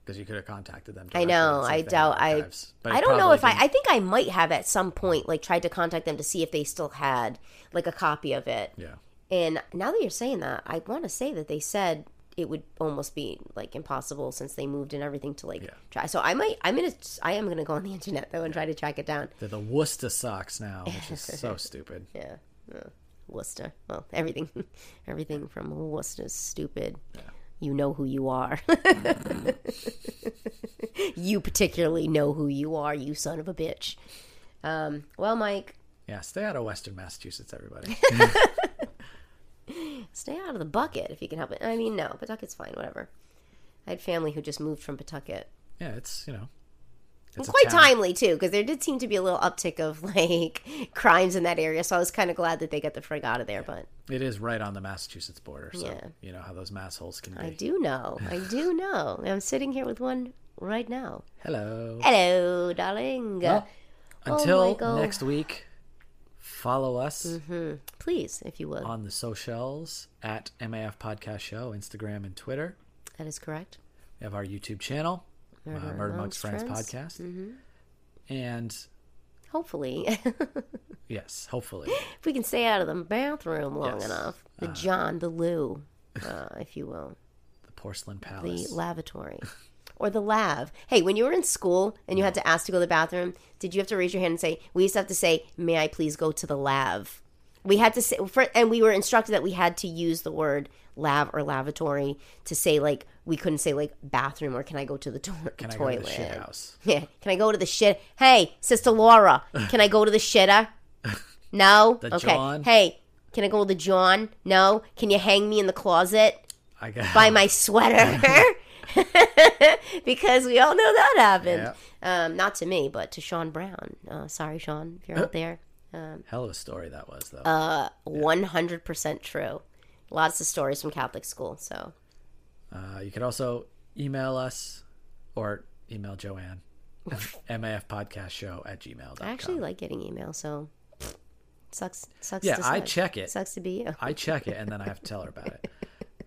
S1: because you could have contacted *sighs* them.
S2: I
S1: directly
S2: know.
S1: and see if
S2: I
S1: they had
S2: doubt. I
S1: archives. But
S2: I
S1: it
S2: don't know
S1: probably
S2: if I.
S1: didn't-
S2: I think I might have at some point like tried to contact them to see if they still had like a copy of it.
S1: Yeah.
S2: And now that you're saying that, I want to say that they said it would almost be like impossible since they moved and everything to like
S1: Yeah.
S2: try. So I might. I'm gonna. I am gonna go on the internet though and try to track it down.
S1: They're the Worcester Sox now, which is
S2: *laughs*
S1: so stupid.
S2: Yeah. Uh, Worcester. Well, everything, *laughs* everything from Worcester's stupid. You know who you are. *laughs* you particularly know who you are, you son of a bitch. Um, well, Mike,
S1: Yeah, stay out of Western Massachusetts,
S2: *laughs*
S1: everybody.
S2: stay out of the bucket if you can help it. I mean, no, Pawtucket's fine, whatever. I had family who just moved from Pawtucket.
S1: yeah, it's, you know. It's a
S2: Quite
S1: town.
S2: timely, too, because there did seem to be a little uptick of, *laughs* like, crimes in that area, so I was kind of glad that they got the frig out of there, but
S1: It is right on the Massachusetts border, so
S2: Yeah.
S1: you know how those mass holes can be.
S2: I do know. I
S1: *sighs*
S2: do know. I'm sitting here with one right now.
S1: Hello.
S2: Hello, darling.
S1: Well,
S2: Oh
S1: until
S2: Michael.
S1: next week, follow us.
S2: Mm-hmm. Please, if you would.
S1: on the socials at MAF Podcast Show, Instagram and Twitter.
S2: That is correct.
S1: We have our YouTube channel, Murder, uh,
S2: Murder
S1: Murder
S2: Amongst
S1: Amongst Friends,
S2: Friends. Mm-hmm.
S1: Podcast. And
S2: Hopefully, *laughs* if
S1: yes,
S2: *gasps*
S1: hopefully.
S2: we can stay out of the bathroom long
S1: Yes. Uh.
S2: enough, the John, the loo, uh, if you will,
S1: the Porcelain
S2: the
S1: Palace.
S2: lavatory. Or the lav. Hey, when you were in school and you had to ask to go to the bathroom, did you have to raise your hand and say, we used to have to say, may I please go to the lav? We had to say, for, and we were instructed that we had to use the word lav or lavatory to say, like, we couldn't say, like, bathroom or can I go to the to-
S1: Can I go
S2: toilet?
S1: to the shit house?
S2: Yeah. Can I go to the shit? Hey, Sister Laura, can I go to
S1: *laughs*
S2: the shitter? No.
S1: The
S2: okay.
S1: John.
S2: Hey, can I go to the John? No. Can you hang me in the closet
S1: I got *laughs*
S2: by my sweater? because we all know that happened. Um, not to me, but to Sean Brown. Uh, sorry, Sean, if you're out there.
S1: hell of a story that was though.
S2: Uh, One hundred percent true. Lots of stories from Catholic school. So
S1: uh, you could also email us or email
S2: *laughs*
S1: Joanne. MAF Podcast Show at gmail.com.
S2: I actually like getting email. So sucks. Sucks.
S1: yeah,
S2: to
S1: I
S2: suck.
S1: check it.
S2: Sucks to be you.
S1: I
S2: *laughs*
S1: check it and then I have to tell her about it.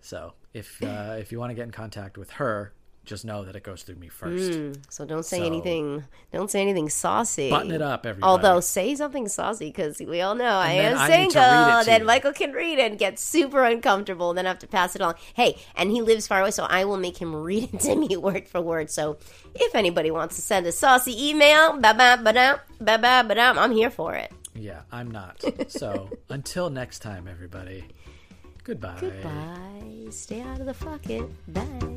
S1: So if uh, if you want to get in contact with her, Just know that it goes through me first.
S2: So don't say
S1: So-
S2: anything. Don't say anything saucy.
S1: Button it up, everybody.
S2: Although say something saucy because we all know I
S1: then
S2: am
S1: I need to
S2: single.
S1: read it to
S2: then
S1: you.
S2: Michael can read it and get super uncomfortable. Then I have to pass it along. Hey, and he lives far away, so I will make him *laughs* read it to me word for word. So if anybody wants to send a saucy email, ba ba ba dum, ba ba ba dum, I'm here for it.
S1: yeah, I'm not. So *laughs* until next time, everybody. Goodbye.
S2: Bye. Stay out of the fuck it. Bye.